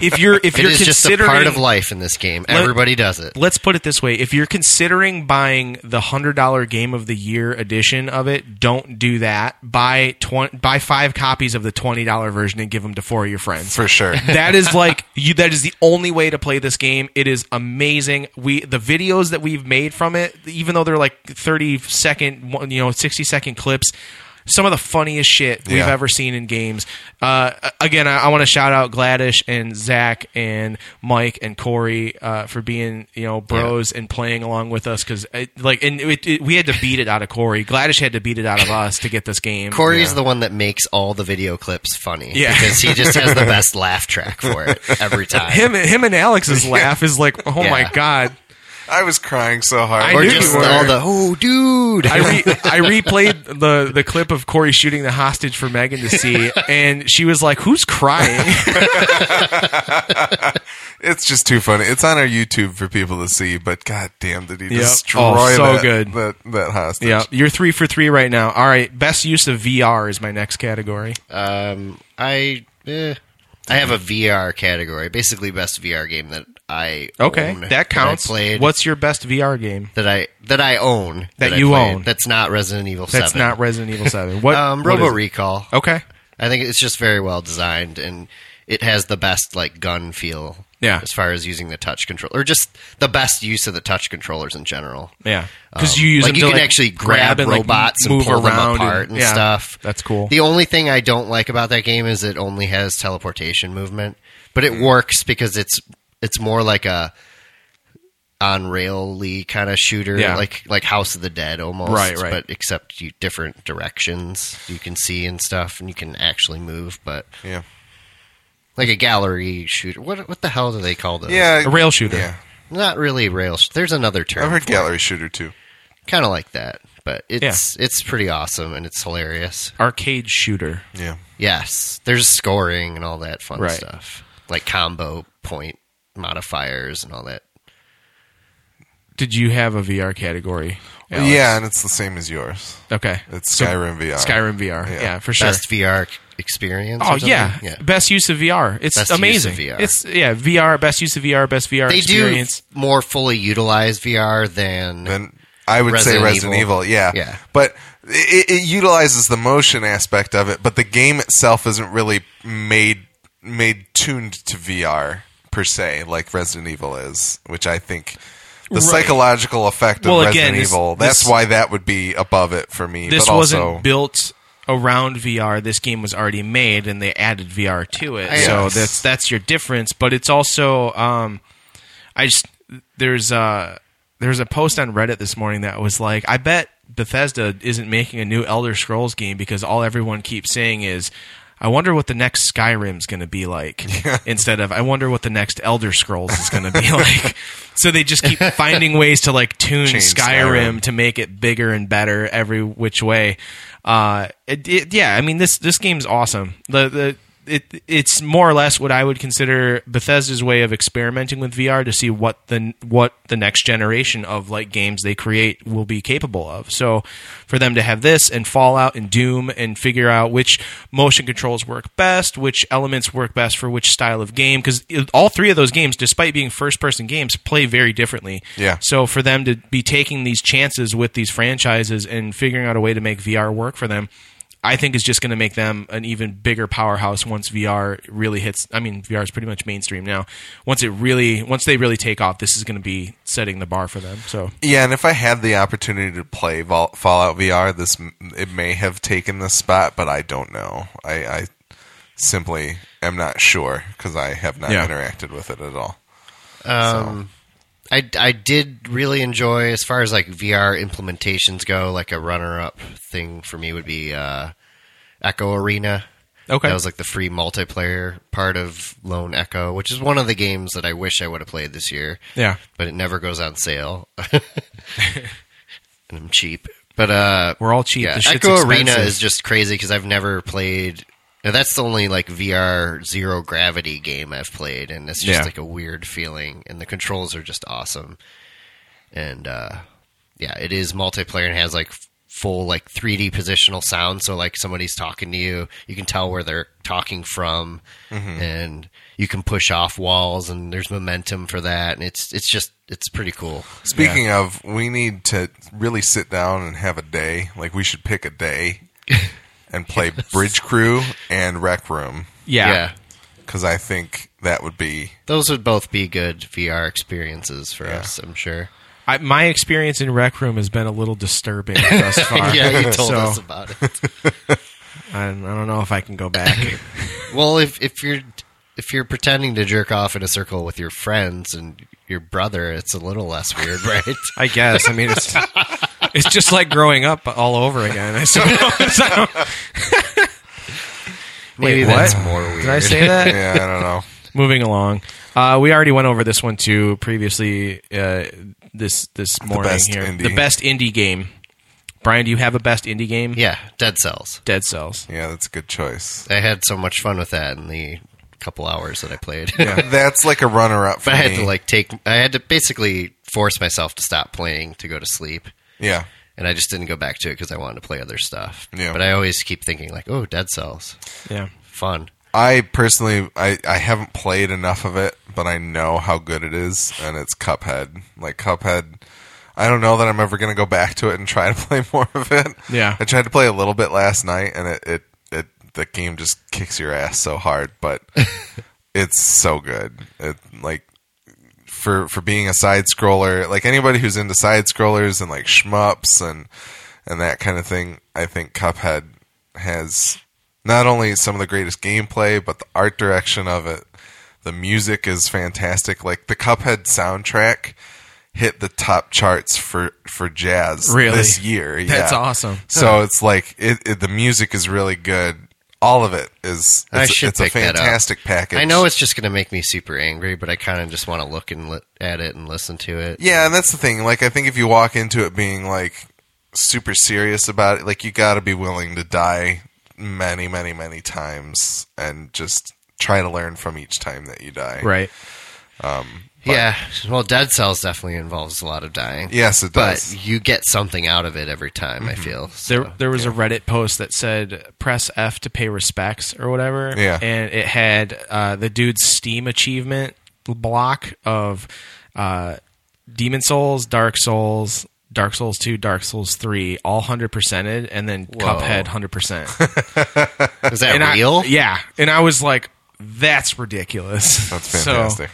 Speaker 2: If you're if
Speaker 3: (laughs)
Speaker 2: (laughs)
Speaker 3: it
Speaker 2: you're
Speaker 3: is just a
Speaker 2: considering
Speaker 3: part of life in this game. Everybody does it.
Speaker 2: let's put it this way, if you're considering buying the $100 game of the year edition of it, don't do that. Buy 20, buy 5 copies of the $20 version and give them to four of your friends.
Speaker 1: for
Speaker 2: (laughs)
Speaker 1: sure.
Speaker 2: that is like you that is the only way to play this game it is amazing we the videos that we've made from it even though they're like 30 second one- you know 60 second clips some of the funniest shit we've
Speaker 1: Yeah.
Speaker 2: ever seen in games uh, again i, I want to shout out gladish and zach and mike and corey uh, for being you know bros and playing along with us because like and it, it, we had to beat it out of corey gladish had to beat it out of us to get this game
Speaker 3: Corey's the one that makes all the video clips funny.
Speaker 2: Yeah.
Speaker 3: Because he just has the
Speaker 2: (laughs)
Speaker 3: best laugh track for it every time.
Speaker 2: him, him and alex's laugh is like oh my
Speaker 3: Yeah.
Speaker 2: god
Speaker 1: I was crying so hard.
Speaker 2: I
Speaker 3: or
Speaker 2: knew
Speaker 3: just
Speaker 2: you were.
Speaker 3: all the, oh, dude.
Speaker 2: I, re- I replayed the, the clip of Corey shooting the hostage for Megan to see, and she was like, "Who's
Speaker 3: (laughs)
Speaker 2: crying?"
Speaker 1: It's just too funny. It's on our YouTube for people to see, but god damn did he destroy
Speaker 2: Oh, so
Speaker 1: that,
Speaker 2: good.
Speaker 1: that that hostage.
Speaker 2: yeah, (laughs) you're three for three right now. All right, best use of VR is my next category.
Speaker 3: um, I, eh, I have a VR category. Basically, best VR game that I
Speaker 2: Okay,
Speaker 3: own,
Speaker 2: that counts.
Speaker 3: Oh, That I played.
Speaker 2: What's your best VR game?
Speaker 3: that I that I own
Speaker 2: That
Speaker 3: I
Speaker 2: you
Speaker 3: played,
Speaker 2: own.
Speaker 3: that's not Resident Evil
Speaker 2: That's
Speaker 3: Seven.
Speaker 2: not Resident Evil Seven. What?
Speaker 3: (laughs) um,
Speaker 2: what is
Speaker 3: Robo
Speaker 2: it?
Speaker 3: Recall.
Speaker 2: Okay.
Speaker 3: I think it's just very well designed and it has the best like gun feel.
Speaker 2: Yeah.
Speaker 3: As far as using the touch control or just the best use of the touch controllers in general.
Speaker 2: Yeah, because you use
Speaker 3: like
Speaker 2: them
Speaker 3: you
Speaker 2: to,
Speaker 3: can actually grab,
Speaker 2: grab and, like,
Speaker 3: robots and
Speaker 2: move
Speaker 3: pull
Speaker 2: around
Speaker 3: them apart and,
Speaker 2: yeah,
Speaker 3: stuff.
Speaker 2: That's cool.
Speaker 3: The only thing I don't like about that game is it only has teleportation movement, but
Speaker 2: Hmm.
Speaker 3: it works because it's it's more like a on rail-y kind of shooter,
Speaker 2: Yeah.
Speaker 3: like like House of the Dead almost,
Speaker 2: Right, right.
Speaker 3: But except you different directions you can see and stuff, and you can actually move. But
Speaker 1: Yeah.
Speaker 3: like a gallery shooter, what what the hell do they call those?
Speaker 1: Yeah.
Speaker 2: A rail shooter.
Speaker 1: Yeah.
Speaker 3: not really rail. There's another
Speaker 1: I've
Speaker 3: term,
Speaker 1: heard gallery shooter too.
Speaker 3: kind of like that, but it's it's pretty awesome and it's hilarious.
Speaker 2: Arcade shooter.
Speaker 1: Yeah.
Speaker 3: Yes, there's scoring and all that fun
Speaker 2: Right.
Speaker 3: stuff, like combo point modifiers and all that.
Speaker 2: Did you have a VR category? Alex?
Speaker 1: Yeah, and it's the same as yours.
Speaker 2: Okay.
Speaker 1: It's
Speaker 2: So-
Speaker 1: Skyrim VR.
Speaker 2: Skyrim VR. Yeah,
Speaker 1: Yeah.
Speaker 2: for sure.
Speaker 3: Best VR experience. or
Speaker 2: Oh
Speaker 3: something?
Speaker 2: yeah.
Speaker 3: yeah.
Speaker 2: best use of VR. It's
Speaker 3: Best use of
Speaker 2: amazing.
Speaker 3: VR.
Speaker 2: It's yeah, VR. Best use of VR. Best VR
Speaker 3: They
Speaker 2: experience.
Speaker 3: do more fully utilize VR than
Speaker 1: Then I would say
Speaker 3: Resident
Speaker 1: Resident
Speaker 3: Evil.
Speaker 1: Evil. Yeah.
Speaker 3: Yeah.
Speaker 1: But it, it utilizes the motion aspect of it, but the game itself isn't really made made tuned to VR per se, like Resident Evil is, which I think. The
Speaker 2: Right.
Speaker 1: psychological effect of
Speaker 2: Well,
Speaker 1: Resident
Speaker 2: again, this-
Speaker 1: Evil. that's
Speaker 2: this-
Speaker 1: why that would be above it for me.
Speaker 2: This
Speaker 1: but also,
Speaker 2: wasn't built around VR. This game was already made, and they added VR to it. So
Speaker 1: Yes.
Speaker 2: that's that's your difference. But it's also, um, I just there's uh there's a post on Reddit this morning that was like, I bet Bethesda isn't making a new Elder Scrolls game because all everyone keeps saying is. I wonder what the next Skyrim's going to
Speaker 1: (laughs)
Speaker 2: be like instead of I wonder what the next Elder Scrolls is going to be (laughs) like. So they just keep finding ways to like tune
Speaker 1: Change
Speaker 2: Skyrim
Speaker 1: Skyrim.
Speaker 2: to make it bigger and better every which way. Uh, it, it, yeah, I mean this this game's awesome. The the it it's more or less what I would consider Bethesda's way of experimenting with VR to see what the what the next generation of like games they create will be capable of. So for them to have this and Fallout and Doom and figure out which motion controls work best, which elements work best for which style of game cuz all three of those games despite being first person games play very differently.
Speaker 1: Yeah.
Speaker 2: So for them to be taking these chances with these franchises and figuring out a way to make VR work for them, I think is just going to make them an even bigger powerhouse once VR really hits. I mean, VR is pretty much mainstream now. Once it really, once they really take off, this is going to be setting the bar for them. So
Speaker 1: Yeah, and if I had the opportunity to play Vol- Fallout VR, this m- it may have taken this spot, but I don't know. I, I simply am not sure because I have not
Speaker 2: Yeah.
Speaker 1: interacted with it at all.
Speaker 3: Um, I I did really enjoy as far as like VR implementations go. Like a runner up thing for me would be uh, Echo Arena.
Speaker 2: Okay.
Speaker 3: that was like the free multiplayer part of Lone Echo, which is one of the games that I wish I would have played this year.
Speaker 2: yeah,
Speaker 3: but it never goes on sale, (laughs) and I'm cheap. But uh,
Speaker 2: we're all cheap.
Speaker 3: yeah,
Speaker 2: The shit's
Speaker 3: Echo
Speaker 2: expensive.
Speaker 3: Arena is just crazy because I've never played. now, that's the only like VR zero gravity game I've played, and it's just
Speaker 2: Yeah.
Speaker 3: like a weird feeling. And the controls are just awesome. And uh, yeah, it is multiplayer and has like f- full like 3D positional sound. So like somebody's talking to you, you can tell where they're talking from,
Speaker 2: Mm-hmm.
Speaker 3: and you can push off walls, and there's momentum for that. And it's it's just it's pretty cool.
Speaker 1: Speaking of, we need to really sit down and have a day. Like we should pick a
Speaker 3: (laughs)
Speaker 1: day and play Bridge Crew and Rec Room
Speaker 2: yeah.
Speaker 1: because I think that would be
Speaker 3: Those would both be good VR experiences for
Speaker 1: Yeah.
Speaker 3: us, I'm sure.
Speaker 2: I, my experience in Rec Room has been a little disturbing thus far.
Speaker 3: (laughs)
Speaker 2: (laughs)
Speaker 3: yeah, you told
Speaker 2: So,
Speaker 3: us about it.
Speaker 2: I, don't- I don't know if I can go back.
Speaker 3: Well, if if you're if you're pretending to jerk off in a circle with your friends and your brother, it's a little less weird, (laughs) right?
Speaker 2: I guess. I mean, it's (laughs) it's just like growing up all over again. (laughs) I suppose. I don't-
Speaker 3: Maybe
Speaker 2: what?
Speaker 3: that's more weird.
Speaker 2: Did I say that?
Speaker 1: yeah. I don't
Speaker 3: (laughs)
Speaker 1: know.
Speaker 2: (laughs) Moving along, uh, we already went over this one too previously. Uh, this this morning
Speaker 1: best
Speaker 2: here,
Speaker 1: indie.
Speaker 2: the best indie game. Brian, do you have a best indie game?
Speaker 3: Yeah, Dead Cells.
Speaker 2: Dead Cells.
Speaker 1: Yeah, that's a good choice.
Speaker 3: I had so much fun with that in the couple hours that I played.
Speaker 1: that's like a runner-up for
Speaker 3: (laughs) but I had
Speaker 1: me.
Speaker 3: to like take. I had to basically force myself to stop playing to go to sleep.
Speaker 1: yeah.
Speaker 3: And I just didn't go back to it because I wanted to play other stuff.
Speaker 1: Yeah.
Speaker 3: But I always keep thinking like, "Oh, Dead Cells,
Speaker 2: Yeah,
Speaker 3: fun."
Speaker 1: I personally, I, I haven't played enough of it, but I know how good it is, and it's Cuphead. Like Cuphead, I don't know that I'm ever going to go back to it and try to (laughs) play more of it.
Speaker 2: Yeah.
Speaker 1: I tried to play a little bit last night, and it it, it the game just kicks your ass so hard, but it's so good. It like for for being a side scroller, like anybody who's into side scrollers and like shmups and and that kind of thing, I think Cuphead has not only some of the greatest gameplay, but the art direction of it. The music is fantastic. Like the Cuphead soundtrack hit the top charts for for jazz
Speaker 2: Really?
Speaker 1: this year.
Speaker 2: that's
Speaker 1: yeah.
Speaker 2: awesome.
Speaker 1: So it's like it, it, the music is really good. All of it is. It's,
Speaker 3: I should
Speaker 1: it's a
Speaker 3: pick that up.
Speaker 1: fantastic package.
Speaker 3: I know it's just going to make me super angry, but I kind of just want to look and li- at it and listen to it.
Speaker 1: Yeah, and that's the thing. Like, I think if you walk into it being like, super serious about it, like you got to be willing to die many, many, many times and just try to learn from each time that you die.
Speaker 2: Right.
Speaker 3: yeah. Well, Dead Cells definitely involves a lot of dying.
Speaker 1: Yes, it does.
Speaker 3: But you get something out of it every time,
Speaker 2: Mm-hmm. (laughs)
Speaker 3: I feel. So.
Speaker 2: There, there was a Reddit post that said press F to pay respects or whatever.
Speaker 1: Yeah.
Speaker 2: And it had uh, the dude's Steam achievement block of uh, Demon Souls, Dark Souls, Dark Souls 2, Dark Souls 3, all 100%ed, and then Cuphead 100%.
Speaker 3: Is that
Speaker 2: and I-
Speaker 3: real?
Speaker 2: yeah. And I was like, that's ridiculous.
Speaker 1: That's
Speaker 2: (laughs) So-
Speaker 1: fantastic.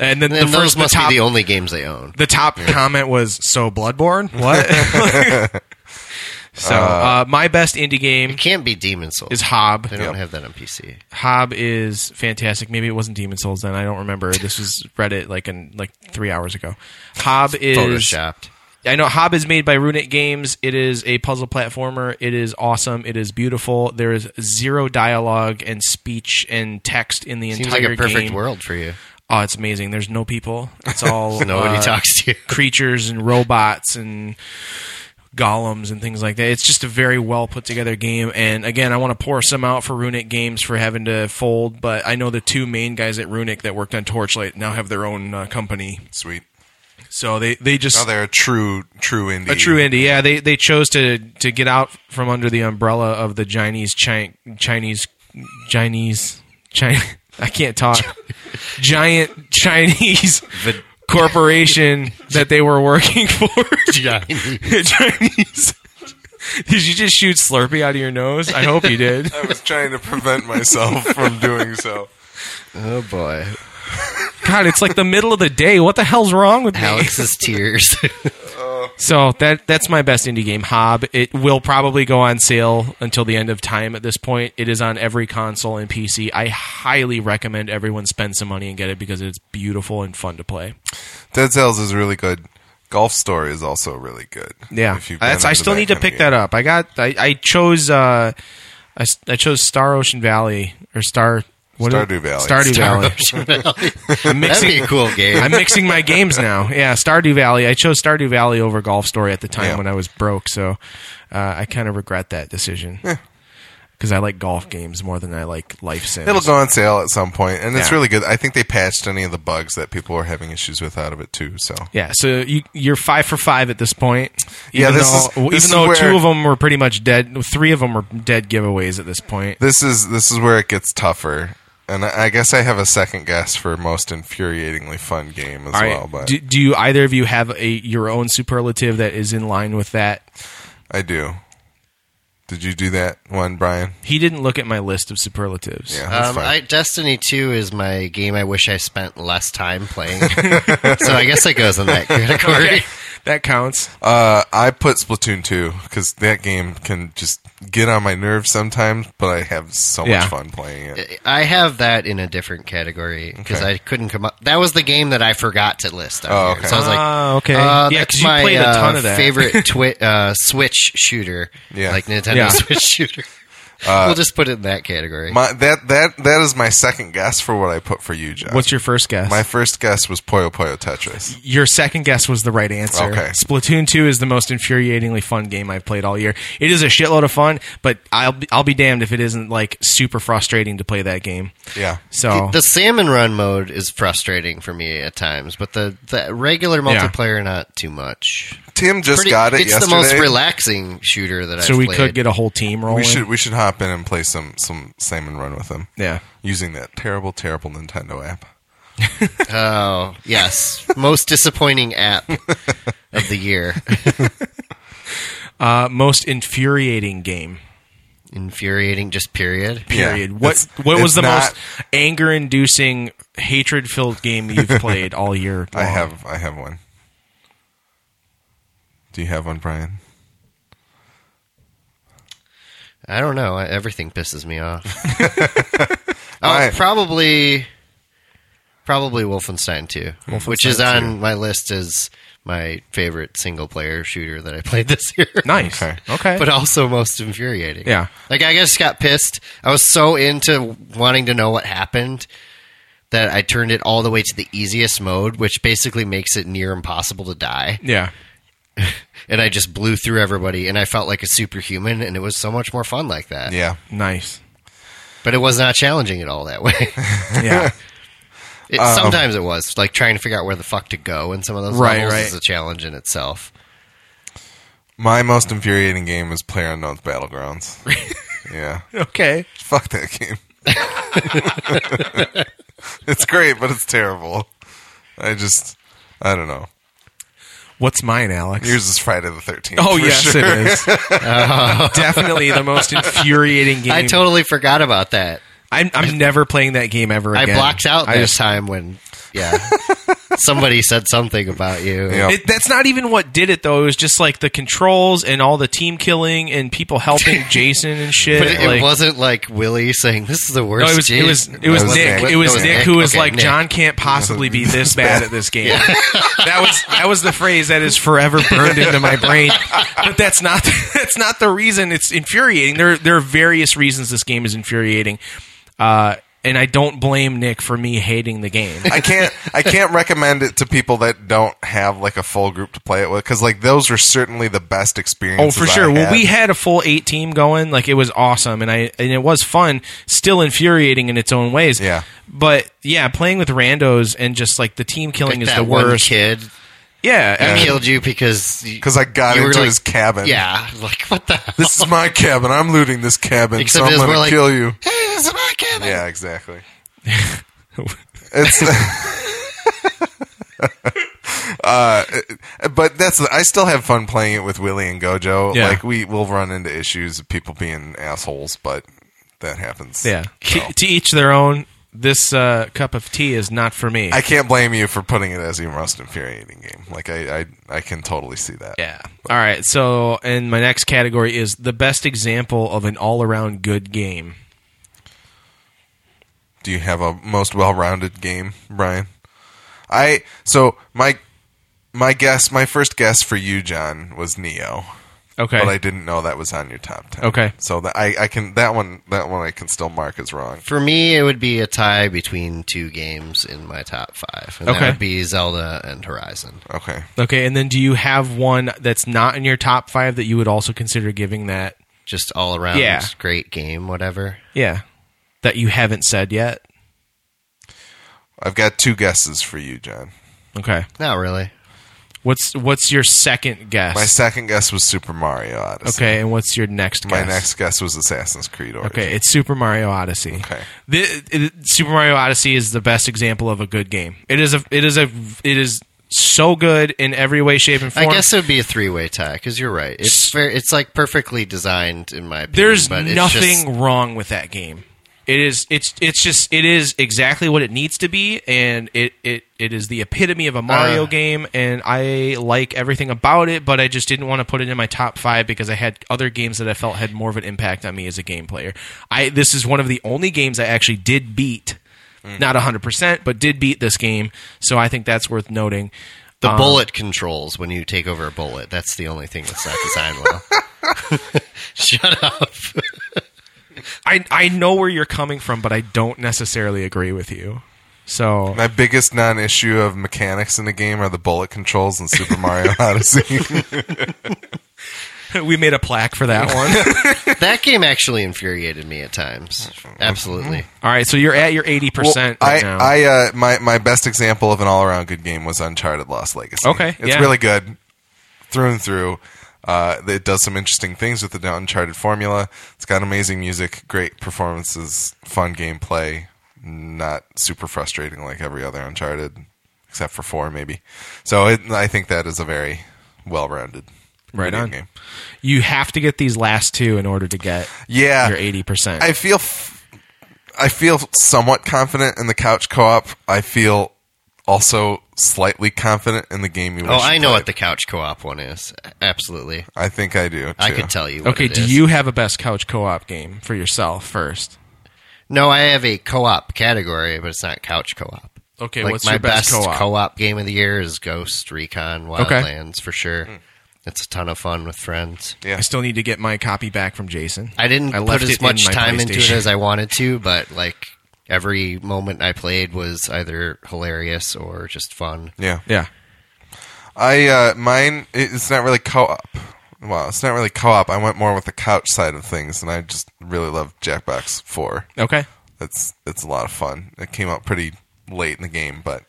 Speaker 2: and then
Speaker 3: And
Speaker 2: the
Speaker 3: those
Speaker 2: first, the
Speaker 3: must
Speaker 2: top,
Speaker 3: be the only games they own.
Speaker 2: the top comment was so Bloodborne. What? (laughs) so uh, my best indie game
Speaker 3: It can't be Demon Souls.
Speaker 2: is Hob.
Speaker 3: they don't
Speaker 1: Yep.
Speaker 3: have that on PC.
Speaker 2: Hob is fantastic. Maybe it wasn't Demon Souls then. I don't remember. This was Reddit like in like three hours ago. Hob is
Speaker 3: Photoshopped.
Speaker 2: I know Hob is made by Runic Games. It is a puzzle platformer. It is awesome. It is beautiful. There is zero dialogue and speech and text in the
Speaker 3: Seems like
Speaker 2: entire
Speaker 3: a perfect
Speaker 2: game.
Speaker 3: world for you.
Speaker 2: Oh, it's amazing. There's no people.
Speaker 3: (laughs)
Speaker 2: It's all
Speaker 3: Nobody
Speaker 2: uh,
Speaker 3: talks to you.
Speaker 2: creatures and robots and golems and things like that. It's just a very well put together game. And again, I want to pour some out for Runic Games for having to fold, but I know the two main guys at Runic that worked on Torchlight now have their own uh, company.
Speaker 1: Sweet.
Speaker 2: So they they
Speaker 1: Now
Speaker 2: just
Speaker 1: they're a true, true indie.
Speaker 2: a true indie. Yeah, they they chose to to get out from under the umbrella of the Chinese chi- Chinese Chinese Chinese. (laughs) I can't talk. Giant Chinese corporation that they were working for. (laughs) Chinese. Did you just shoot Slurpee out of your nose? I hope you did.
Speaker 1: I was trying to prevent myself (laughs) from doing so.
Speaker 3: oh boy,
Speaker 2: God, it's like the middle of the day. What the hell's wrong with me? (laughs)
Speaker 3: Alex's tears. (laughs)
Speaker 2: So that that's my best indie game, Hob. It will probably go on sale until the end of time. At this point, it is on every console and PC. I highly recommend everyone spend some money and get it because it's beautiful and fun to play.
Speaker 1: Dead Cells is really good. Golf Story is also really good.
Speaker 2: Yeah,
Speaker 1: If you've been
Speaker 2: That's, I
Speaker 1: into
Speaker 2: still
Speaker 1: that
Speaker 2: need to
Speaker 1: kind of
Speaker 2: pick
Speaker 1: game.
Speaker 2: that up. I got I, I chose uh, I, s- I chose Star Ocean Valley or Star what is-
Speaker 1: Stardew Valley.
Speaker 2: Stardew Valley. (laughs) I'm
Speaker 3: That'd be
Speaker 2: mixing
Speaker 3: a cool game.
Speaker 2: I'm mixing my games now. Yeah, Stardew Valley. I chose Stardew Valley over Golf Story at the time
Speaker 1: Yeah.
Speaker 2: when I was broke, so uh, I kind of regret that decision. Because I like golf games more than I like life sims.
Speaker 1: It'll go on sale at some point, and it's
Speaker 2: Yeah.
Speaker 1: really good. I think they patched any of the bugs that people were having issues with out of it too. So
Speaker 2: yeah, so you, you're five for five at this point.
Speaker 1: Yeah,
Speaker 2: Even
Speaker 1: this is-
Speaker 2: though, even
Speaker 1: this is
Speaker 2: though
Speaker 1: where-
Speaker 2: two of them were pretty much dead, three of them were dead giveaways at this point.
Speaker 1: this is this is where it gets tougher, and I, I guess I have a second guess for most infuriatingly fun game as
Speaker 2: All right,
Speaker 1: well. But
Speaker 2: do, do you either of you have a your own superlative that is in line with that?
Speaker 1: I do. Did you do that one, Brian?
Speaker 2: He didn't look at my list of superlatives.
Speaker 1: Yeah, that's
Speaker 3: Um,
Speaker 1: fine.
Speaker 3: I, Destiny Two is my game. I wish I spent less
Speaker 1: (laughs)
Speaker 3: time playing. (laughs) so I guess it goes in that category.
Speaker 2: That counts.
Speaker 1: Uh, I put Splatoon 2 because that game can just get on my nerves sometimes, but I have so
Speaker 2: Yeah.
Speaker 1: much fun playing it.
Speaker 3: I have that in a different category because
Speaker 1: Okay.
Speaker 3: I couldn't come up. That was the game that I forgot to list. on
Speaker 1: Oh,
Speaker 3: here.
Speaker 1: okay.
Speaker 3: So I was like,
Speaker 2: Ah, okay.
Speaker 3: uh,
Speaker 2: Yeah,
Speaker 3: that's
Speaker 2: 'cause you
Speaker 3: my,
Speaker 2: played a
Speaker 3: uh,
Speaker 2: ton of that. (laughs)
Speaker 3: favorite twi- uh, Switch shooter.
Speaker 1: Yeah. Uh,
Speaker 3: like Nintendo
Speaker 2: Yeah.
Speaker 3: (laughs) Switch shooter. we'll just put it in that category.
Speaker 1: My, that that that is my second guess for what I put for you, Jeff.
Speaker 2: What's your first guess?
Speaker 1: my first guess was Puyo Puyo Tetris.
Speaker 2: Your second guess was the right answer.
Speaker 1: Okay.
Speaker 2: Splatoon 2 is the most infuriatingly fun game I've played all year. It is a shitload of fun, but I'll be, I'll be damned if it isn't like super frustrating to play that game.
Speaker 1: Yeah,
Speaker 2: So
Speaker 3: The salmon run mode is frustrating for me at times, but the, the regular
Speaker 2: Yeah.
Speaker 3: multiplayer not too much.
Speaker 1: Tim just
Speaker 3: Pretty-
Speaker 1: got it
Speaker 3: It's
Speaker 1: yesterday.
Speaker 3: the most relaxing shooter that I've
Speaker 2: so we
Speaker 3: played.
Speaker 2: could get a whole team rolling.
Speaker 1: we should we should hop in and play some some salmon run with him
Speaker 2: yeah.
Speaker 1: using that terrible terrible Nintendo app.
Speaker 3: Oh yes, most disappointing app of the year. (laughs)
Speaker 2: Uh, most infuriating game.
Speaker 3: Infuriating, just period.
Speaker 2: Period.
Speaker 1: Yeah,
Speaker 2: what
Speaker 1: it's-
Speaker 2: what was
Speaker 1: it's
Speaker 2: the
Speaker 1: not-
Speaker 2: most anger-inducing, hatred-filled game you've
Speaker 1: (laughs)
Speaker 2: played all year?
Speaker 1: I
Speaker 2: long?
Speaker 1: have I have one. Do you have one, Brian?
Speaker 3: I don't know. I- Everything pisses
Speaker 1: (laughs)
Speaker 3: me off. oh,
Speaker 1: Mine-
Speaker 3: probably, probably Wolfenstein 2, which is on my list as my favorite single player shooter that I played this year.
Speaker 2: Nice.
Speaker 1: Okay.
Speaker 2: Okay.
Speaker 3: (laughs) but also most infuriating.
Speaker 2: Yeah.
Speaker 3: Like I just got pissed. I was so into wanting to know what happened that I turned it all the way to the easiest mode, which basically makes it near impossible to die.
Speaker 2: yeah.
Speaker 3: and I just blew through everybody, and I felt like a superhuman, and it was so much more fun like that.
Speaker 1: Yeah.
Speaker 2: Nice.
Speaker 3: But it was not challenging at all that way. (laughs)
Speaker 1: (laughs)
Speaker 2: Yeah.
Speaker 3: It,
Speaker 2: Um,
Speaker 3: sometimes it was like trying to figure out where the fuck to go in some of those
Speaker 2: Right,
Speaker 3: levels
Speaker 2: right.
Speaker 3: is a challenge in itself.
Speaker 1: My most infuriating game is PlayerUnknown's
Speaker 2: (laughs)
Speaker 1: Battlegrounds. yeah.
Speaker 2: okay.
Speaker 1: Fuck that game. (laughs) it's great, but it's terrible. I just, I don't know.
Speaker 2: What's mine, Alex?
Speaker 1: Yours is Friday the 13th.
Speaker 2: oh
Speaker 1: for
Speaker 2: yes,
Speaker 1: sure.
Speaker 2: it is.
Speaker 3: (laughs)
Speaker 2: Definitely the most infuriating game.
Speaker 3: I totally forgot about that.
Speaker 2: I'm, I'm never playing that game ever again.
Speaker 3: I blocked out
Speaker 2: I
Speaker 3: that
Speaker 2: just
Speaker 3: time when
Speaker 2: (laughs)
Speaker 3: yeah somebody said something about you.
Speaker 1: Yeah.
Speaker 2: It, that's not even what did it though. It was just like the controls and all the team killing and people
Speaker 3: (laughs)
Speaker 2: helping Jason and shit.
Speaker 3: But it, it
Speaker 2: like,
Speaker 3: wasn't like Willie saying this is the worst.
Speaker 2: no, it was it
Speaker 3: game."
Speaker 2: was it was
Speaker 1: That was
Speaker 2: Nick.
Speaker 1: Nick.
Speaker 2: It was
Speaker 3: That was
Speaker 2: Nick
Speaker 3: Nick.
Speaker 2: who was
Speaker 3: Okay,
Speaker 2: like
Speaker 3: Nick.
Speaker 2: John can't possibly be this bad at this
Speaker 3: (laughs)
Speaker 2: game. that was that was the phrase that is forever burned into my brain. But that's not that's not the (laughs) reason. It's infuriating. There there are various reasons this game is infuriating. Uh, and I don't blame Nick for me hating the game.
Speaker 1: I can't I can't recommend it to people that don't have like a full group to play it with because like those are certainly the best
Speaker 2: Oh,
Speaker 1: experiences.
Speaker 2: for
Speaker 1: I
Speaker 2: sure. Well,
Speaker 1: had.
Speaker 2: we had a full eight team going. Like it was awesome, and I and it was fun. Still infuriating in its own ways.
Speaker 1: Yeah.
Speaker 2: But yeah, playing with randos and just like the team killing is
Speaker 3: like that
Speaker 2: the
Speaker 3: one
Speaker 2: worst.
Speaker 3: kid
Speaker 2: Yeah. I mean,
Speaker 3: killed you because you-
Speaker 1: 'Cause I got
Speaker 3: you were
Speaker 1: into
Speaker 3: like-
Speaker 1: his cabin.
Speaker 3: Yeah, like what the hell?
Speaker 1: (laughs) This is my cabin. I'm looting this cabin, so
Speaker 3: Except it
Speaker 1: I'm
Speaker 3: was
Speaker 1: going
Speaker 3: more
Speaker 1: to
Speaker 3: like-
Speaker 1: kill you.
Speaker 3: (laughs) Hey, this is my cabin.
Speaker 1: Yeah,
Speaker 3: (laughs)
Speaker 1: exactly. It's. (laughs) uh, but that's I still have fun playing it with Willie and Gojo.
Speaker 2: Yeah.
Speaker 1: Like we will run into issues of people being assholes, but that happens.
Speaker 2: yeah. To, to each their own. This uh, cup of tea is not for me.
Speaker 1: I can't blame you for putting it as your most infuriating game. Like I, I, I can totally see that.
Speaker 2: yeah. All right. So, and my next category is the best example of an all-around good game.
Speaker 1: Do you have a most well-rounded game, Brian? I so my my guess, my first guess for you, John, was Neo,
Speaker 2: Okay.
Speaker 1: but I didn't know that was on your top ten.
Speaker 2: Okay.
Speaker 1: so that I, I can that one that one I can still mark as wrong.
Speaker 3: For me, it would be a tie between two games in my top five. And
Speaker 2: Okay.
Speaker 3: That would be Zelda and Horizon.
Speaker 1: Okay,
Speaker 2: okay. And then, do you have one that's not in your top five that you would also consider giving that?
Speaker 3: Just all around
Speaker 2: Yeah.
Speaker 3: great game, whatever.
Speaker 2: Yeah. That you haven't said yet.
Speaker 1: I've got two guesses for you, John.
Speaker 2: Okay.
Speaker 3: Not really.
Speaker 2: What's what's your second guess?
Speaker 1: My second guess was Super Mario Odyssey.
Speaker 2: okay, and what's your next
Speaker 1: My
Speaker 2: guess?
Speaker 1: next guess was Assassin's Creed Origins.
Speaker 2: Okay, it's Super Mario Odyssey.
Speaker 1: Okay.
Speaker 2: The, it- Super Mario Odyssey is the best example of a good game. It is a it is a it is so good in every way, shape, and form.
Speaker 3: I guess it would be a three way tie because you're right. It's very, it's like perfectly designed in my opinion.
Speaker 2: there's
Speaker 3: but it's
Speaker 2: nothing
Speaker 3: just-
Speaker 2: wrong with that game. It is it's it's just it is exactly what it needs to be, and it it, it is the epitome of a Mario
Speaker 3: Uh.
Speaker 2: game, and I like everything about it. But I just didn't want to put it in my top five because I had other games that I felt had more of an impact on me as a game player. I this is one of the only games I actually did beat,
Speaker 3: Mm.
Speaker 2: not hundred percent, but did beat this game. So I think that's worth noting. Um,
Speaker 3: the bullet controls when you take over a bullet. That's the only thing that's not designed well. (laughs) Shut up.
Speaker 2: I I know where you're coming from, but I don't necessarily agree with you. So
Speaker 1: My biggest non-issue of mechanics in the game are the bullet controls in Super
Speaker 2: (laughs)
Speaker 1: Mario Odyssey.
Speaker 2: we made a plaque for that one.
Speaker 1: (laughs)
Speaker 3: That game actually infuriated me at times.
Speaker 2: Mm-hmm.
Speaker 3: Absolutely.
Speaker 2: All right, so you're at your eighty percent
Speaker 1: Well,
Speaker 2: right
Speaker 1: I,
Speaker 2: now.
Speaker 1: I, uh, my my best example of an all around good game was Uncharted Lost Legacy.
Speaker 2: Okay,
Speaker 1: it's
Speaker 2: yeah.
Speaker 1: really good through and through. Uh, it does some interesting things with the Uncharted formula. It's got amazing music, great performances, fun gameplay, not super frustrating like every other Uncharted, except for four maybe. So it, I think that is a very well rounded
Speaker 2: Right on. you have to get these last two in order to get
Speaker 1: Yeah,
Speaker 2: your eighty percent.
Speaker 1: I feel, f- I feel somewhat confident in the couch co-op. I feel also slightly confident in the game you.
Speaker 3: Oh, I know what the couch co op one is. Absolutely.
Speaker 1: I think I do. Too.
Speaker 3: I could tell you. What
Speaker 2: Okay,
Speaker 3: it
Speaker 2: do
Speaker 3: is.
Speaker 2: you have a best couch co-op game for yourself first?
Speaker 3: No, I have a co op category, but it's not couch co op.
Speaker 2: Okay,
Speaker 3: like
Speaker 2: what's
Speaker 3: my
Speaker 2: your best, co-op?
Speaker 3: co-op game of the year is Ghost Recon
Speaker 2: Okay. Hmm.
Speaker 3: Wildlands for sure. It's a ton of fun with friends.
Speaker 2: I
Speaker 1: Yeah.
Speaker 2: still need to get my copy back from Jason.
Speaker 3: I didn't
Speaker 2: I
Speaker 3: put
Speaker 2: left it
Speaker 3: as
Speaker 2: in
Speaker 3: much
Speaker 2: my
Speaker 3: time into it
Speaker 2: PlayStation.
Speaker 3: as I wanted to, but like every moment I played was either hilarious or just fun.
Speaker 1: Yeah,
Speaker 2: Yeah.
Speaker 1: I uh, mine it- it's not really co-op. Well, it's not really co-op. I went more with the couch side of things, and I just really love Jackbox Four.
Speaker 2: Okay.
Speaker 1: It's it's a lot of fun. It came out pretty late in the game, but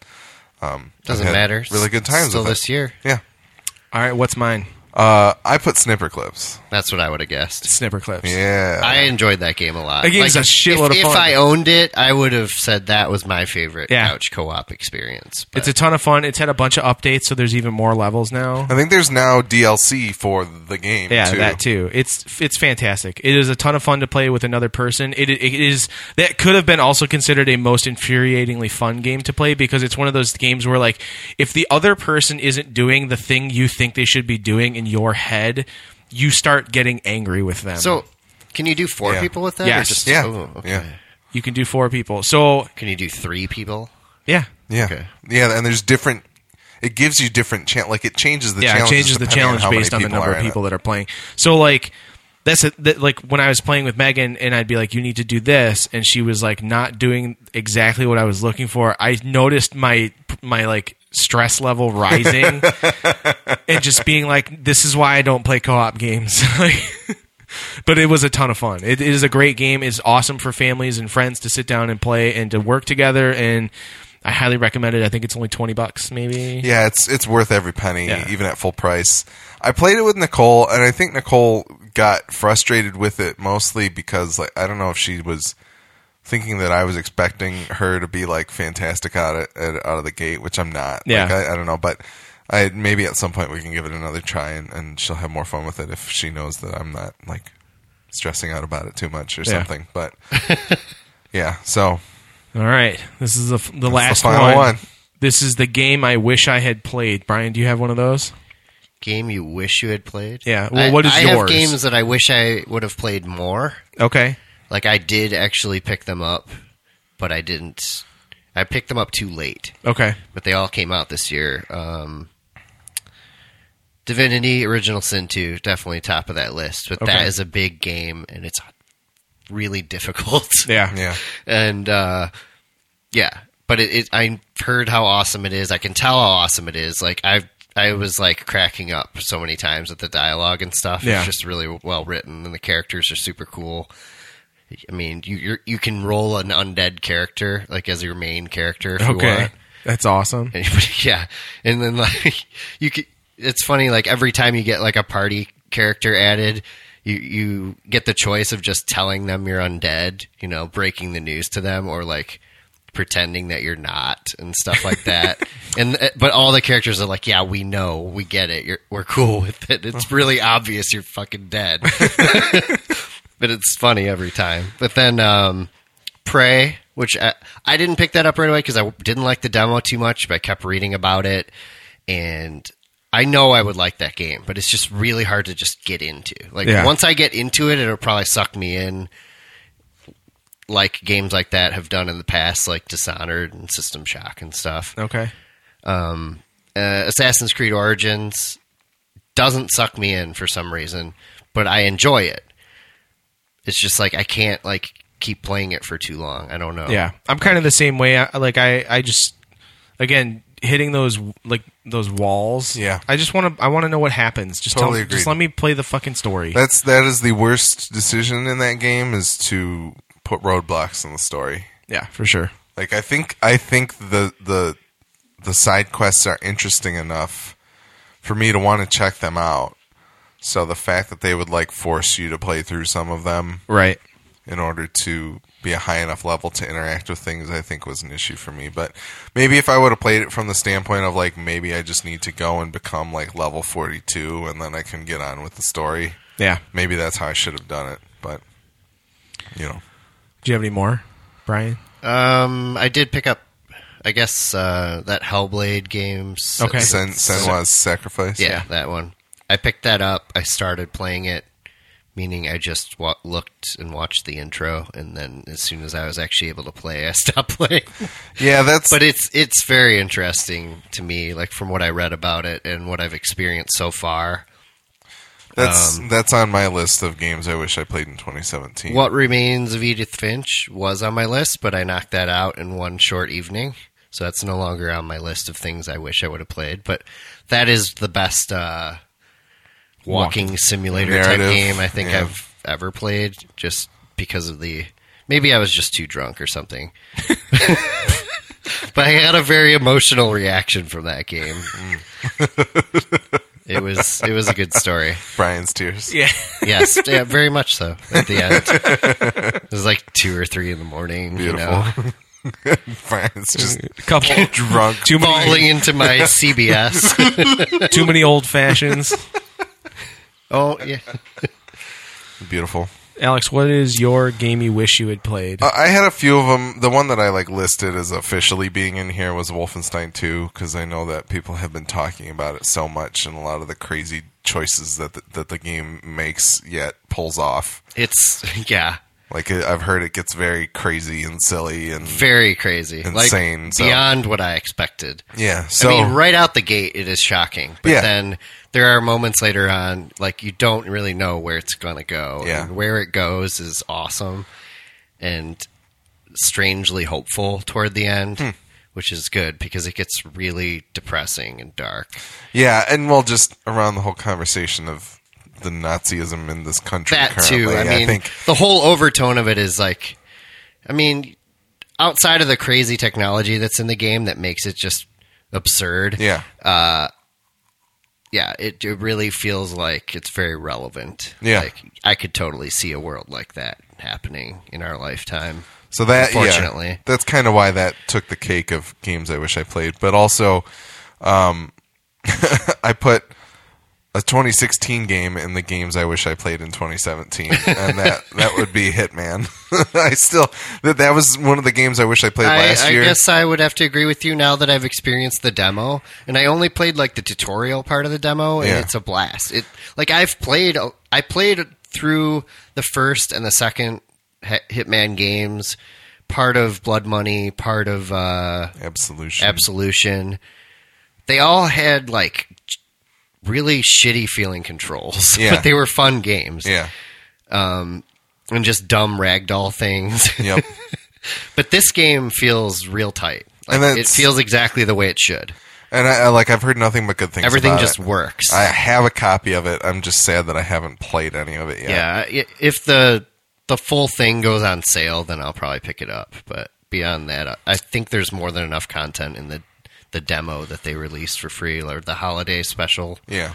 Speaker 1: um,
Speaker 3: Doesn't
Speaker 1: I've had
Speaker 3: matter.
Speaker 1: Really good times
Speaker 3: Still
Speaker 1: with
Speaker 3: this
Speaker 1: it.
Speaker 3: year.
Speaker 1: Yeah,
Speaker 2: All right. What's mine?
Speaker 1: uh, I put snipper clips.
Speaker 3: That's what I would have guessed.
Speaker 2: Snipper clips.
Speaker 1: Yeah,
Speaker 3: I enjoyed that game a lot.
Speaker 2: That game's a shitload
Speaker 3: if,
Speaker 2: of fun.
Speaker 3: If I owned it, I would have said that was my favorite
Speaker 2: Yeah.
Speaker 3: couch co-op experience. But
Speaker 2: It's a ton of fun. It's had a bunch of updates, so there's even more levels now.
Speaker 1: I think there's now DLC for the game.
Speaker 2: Yeah,
Speaker 1: too.
Speaker 2: that too. It's it's fantastic. It is a ton of fun to play with another person. It, it is that could have been also considered a most infuriatingly fun game to play because it's one of those games where like if the other person isn't doing the thing you think they should be doing in your head, you start getting angry with them.
Speaker 3: so, can you do four
Speaker 1: Yeah.
Speaker 3: people with that?
Speaker 2: Yes.
Speaker 3: Or just,
Speaker 1: Yeah,
Speaker 3: oh, okay.
Speaker 1: yeah,
Speaker 2: you can do four people. So
Speaker 3: Can you do three people?
Speaker 2: yeah,
Speaker 1: yeah,
Speaker 3: Okay.
Speaker 1: yeah. And there's different. It gives you different chan Like it changes the
Speaker 2: yeah, it
Speaker 1: challenges
Speaker 2: changes the
Speaker 1: depending
Speaker 2: challenge
Speaker 1: how many
Speaker 2: based on the
Speaker 1: people
Speaker 2: number
Speaker 1: are
Speaker 2: of
Speaker 1: in it.
Speaker 2: people that are playing. So like that's a, that, like when I was playing with Megan and I'd be like, "You need to do this," and she was like, not doing exactly what I was looking for. I noticed my my like stress
Speaker 1: (laughs)
Speaker 2: level rising and just being like, "This is why I don't play co op games." (laughs) Like, but it was a ton of fun. It, it is a great game. It's awesome for families and friends to sit down and play and to work together. And I highly recommend it. I think it's only twenty bucks, maybe.
Speaker 1: Yeah, it's it's worth every penny,
Speaker 2: Yeah.
Speaker 1: even at full price. I played it with Nicole, and I think Nicole got frustrated with it mostly because, like, I don't know if she was thinking that I was expecting her to be like fantastic out of, at- out of the gate, which I'm not.
Speaker 2: Yeah.
Speaker 1: like, I, I don't know, but I maybe at some point we can give it another try, and, and she'll have more fun with it if she knows that I'm not like stressing out about it too much or
Speaker 2: Yeah.
Speaker 1: something. But (laughs) yeah, so
Speaker 2: All right, this is the, f- the last
Speaker 1: final
Speaker 2: one.
Speaker 1: one.
Speaker 2: This is the game I wish I had played. Brian, do you have one of those?
Speaker 3: Game you wish you had played?
Speaker 2: Yeah. Well,
Speaker 3: I-
Speaker 2: what is
Speaker 3: I
Speaker 2: yours?
Speaker 3: have games that I wish I would have played more.
Speaker 2: Okay,
Speaker 3: Like I did actually pick them up, but I didn't. I picked them up too late.
Speaker 2: okay,
Speaker 3: but they all came out this year. Um, Divinity: Original Sin two definitely top of that list, but
Speaker 2: Okay.
Speaker 3: that is a big game and it's really (laughs) difficult.
Speaker 2: yeah,
Speaker 1: yeah,
Speaker 3: and uh, yeah, but it, it I heard how awesome it is. I can tell how awesome it is. Like I I was like cracking up so many times at the dialogue and stuff.
Speaker 2: Yeah.
Speaker 3: It's just really well written, and the characters are super cool. I mean, you you're, you can roll an undead character like as your main character if you
Speaker 2: okay.
Speaker 3: want.
Speaker 2: That's awesome.
Speaker 3: (laughs) Anybody, yeah. And then like you could, it's funny like every time you get like a party character added, you you get the choice of just telling them you're undead, you know, breaking the news to them or like pretending that you're not and stuff like that. and uh, but all the characters are like, "Yeah, we know. We get it. You're, we're cool with it. It's really obvious you're fucking dead." but it's funny every time. But then um Prey, which I, I didn't pick that up right away because I didn't like the demo too much, but I kept reading about it. And I know I would like that game, but it's just really hard to just get into. Like,
Speaker 2: Yeah.
Speaker 3: once I get into it, it'll probably suck me in, like games like that have done in the past, like Dishonored and System Shock and stuff.
Speaker 2: Okay,
Speaker 3: Um, uh, Assassin's Creed Origins doesn't suck me in for some reason, but I enjoy it. It's just like I can't like keep playing it for too long. I don't know.
Speaker 2: yeah. I'm kind of the same way. I, like I, I just again hitting those like those walls.
Speaker 1: Yeah.
Speaker 2: I just want to. I want to know what happens. Just
Speaker 1: Totally
Speaker 2: tell, just
Speaker 1: agreed.
Speaker 2: let me play the fucking story.
Speaker 1: That's that is the worst decision in that game is to put roadblocks in the story.
Speaker 2: yeah, for sure.
Speaker 1: Like I think I think the the the side quests are interesting enough for me to want to check them out. So the fact that they would like force you to play through some of them
Speaker 2: Right.
Speaker 1: in order to be a high enough level to interact with things I think was an issue for me. But maybe if I would have played it from the standpoint of like maybe I just need to go and become like level 42 and then I can get on with the story
Speaker 2: Yeah.
Speaker 1: maybe that's how I should have done it, but you know,
Speaker 2: Do you have any more, Brian?
Speaker 3: Um, I did pick up, I guess, uh, that Hellblade game. S-
Speaker 2: Okay.
Speaker 1: Sen-
Speaker 3: S-
Speaker 1: Senwa's sacrifice.
Speaker 3: yeah, that one. I picked that up. I started playing it, meaning I just wa- looked and watched the intro, and then as soon as I was actually able to play, (laughs) I stopped playing.
Speaker 1: yeah, that's
Speaker 3: but it's it's very interesting to me, like from what I read about it and what I've experienced so far.
Speaker 1: that's
Speaker 3: um,
Speaker 1: that's on my list of games I wish I played in 2017.
Speaker 3: What Remains of Edith Finch was on my list, but I knocked that out in one short evening. So that's no longer on my list of things I wish I would have played. But that is the best uh, walking simulator
Speaker 1: Narrative,
Speaker 3: type game I think
Speaker 1: yeah.
Speaker 3: I've ever played. Just because of the maybe I was just too drunk or
Speaker 1: (laughs)
Speaker 3: something. but I had a very emotional reaction from that game. Mm.
Speaker 1: (laughs)
Speaker 3: it was it was a good story.
Speaker 1: Brian's tears.
Speaker 2: Yeah.
Speaker 3: Yes, yeah, very much so. At the end, it was like two or three in the morning. You know,
Speaker 1: (laughs) Brian's
Speaker 3: (laughs)
Speaker 1: just
Speaker 2: A (laughs) couple
Speaker 1: drunk.
Speaker 2: too many
Speaker 3: falling into my CBS.
Speaker 2: too many old fashions.
Speaker 3: (laughs) oh yeah,
Speaker 1: Beautiful.
Speaker 2: Alex, what is your game you wish you had played?
Speaker 1: Uh, I had a few of them. The one that I like listed as officially being in here was Wolfenstein 2 because I know that people have been talking about it so much and a lot of the crazy choices that the, that the game makes yet pulls off.
Speaker 3: it's yeah,
Speaker 1: Like I- I've heard it gets very crazy and silly and
Speaker 3: very crazy,
Speaker 1: Insane,
Speaker 3: like
Speaker 1: so.
Speaker 3: beyond what I expected.
Speaker 1: yeah. So
Speaker 3: I mean, right out the gate, it is shocking. But
Speaker 1: Yeah.
Speaker 3: then there are moments later on, like you don't really know where it's going to go.
Speaker 1: Yeah.
Speaker 3: And where it goes is awesome and strangely hopeful toward the end,
Speaker 1: Hmm.
Speaker 3: which is good because it gets really depressing and dark.
Speaker 1: yeah, and well, just around the whole conversation of the Nazism in this country.
Speaker 3: That
Speaker 1: currently,
Speaker 3: too. I mean,
Speaker 1: think
Speaker 3: the whole overtone of it is like, I mean, outside of the crazy technology that's in the game that makes it just absurd.
Speaker 1: yeah,
Speaker 3: yeah, it, it really feels like it's very relevant.
Speaker 1: Yeah.
Speaker 3: Like, I could totally see a world like that happening in our lifetime.
Speaker 1: So that yeah,
Speaker 3: Unfortunately.
Speaker 1: that's kind of why that took the cake of games I wish I played. But also, um, (laughs) I put a 2016 game in the games I wish I played in 2017, and
Speaker 3: (laughs)
Speaker 1: that that would be Hitman. (laughs) I still that that was one of the games I wish I played
Speaker 3: I,
Speaker 1: last
Speaker 3: I
Speaker 1: year.
Speaker 3: guess I would have to agree with you now that I've experienced the demo, and I only played like the tutorial part of the demo, and
Speaker 1: Yeah.
Speaker 3: it's a blast. It like I've played, I played through the first and the second Hi- Hitman games, part of Blood Money, part of. uh
Speaker 1: Absolution.
Speaker 3: Absolution. They all had like really shitty feeling controls, (laughs)
Speaker 1: Yeah.
Speaker 3: but they were fun games
Speaker 1: Yeah.
Speaker 3: and just dumb ragdoll things. (laughs)
Speaker 1: Yep.
Speaker 3: but this game feels real tight. Like,
Speaker 1: And
Speaker 3: it
Speaker 1: that's-
Speaker 3: feels exactly the way it should.
Speaker 1: and I, I like I've heard nothing but good things.
Speaker 3: Everything
Speaker 1: about
Speaker 3: just
Speaker 1: it.
Speaker 3: works.
Speaker 1: I have a copy of it. I'm just sad that I haven't played any of it yet.
Speaker 3: yeah. i- If the the full thing goes on sale, then I'll probably pick it up. But beyond that, I- I think there's more than enough content in the the demo that they released for free or the holiday special
Speaker 1: Yeah.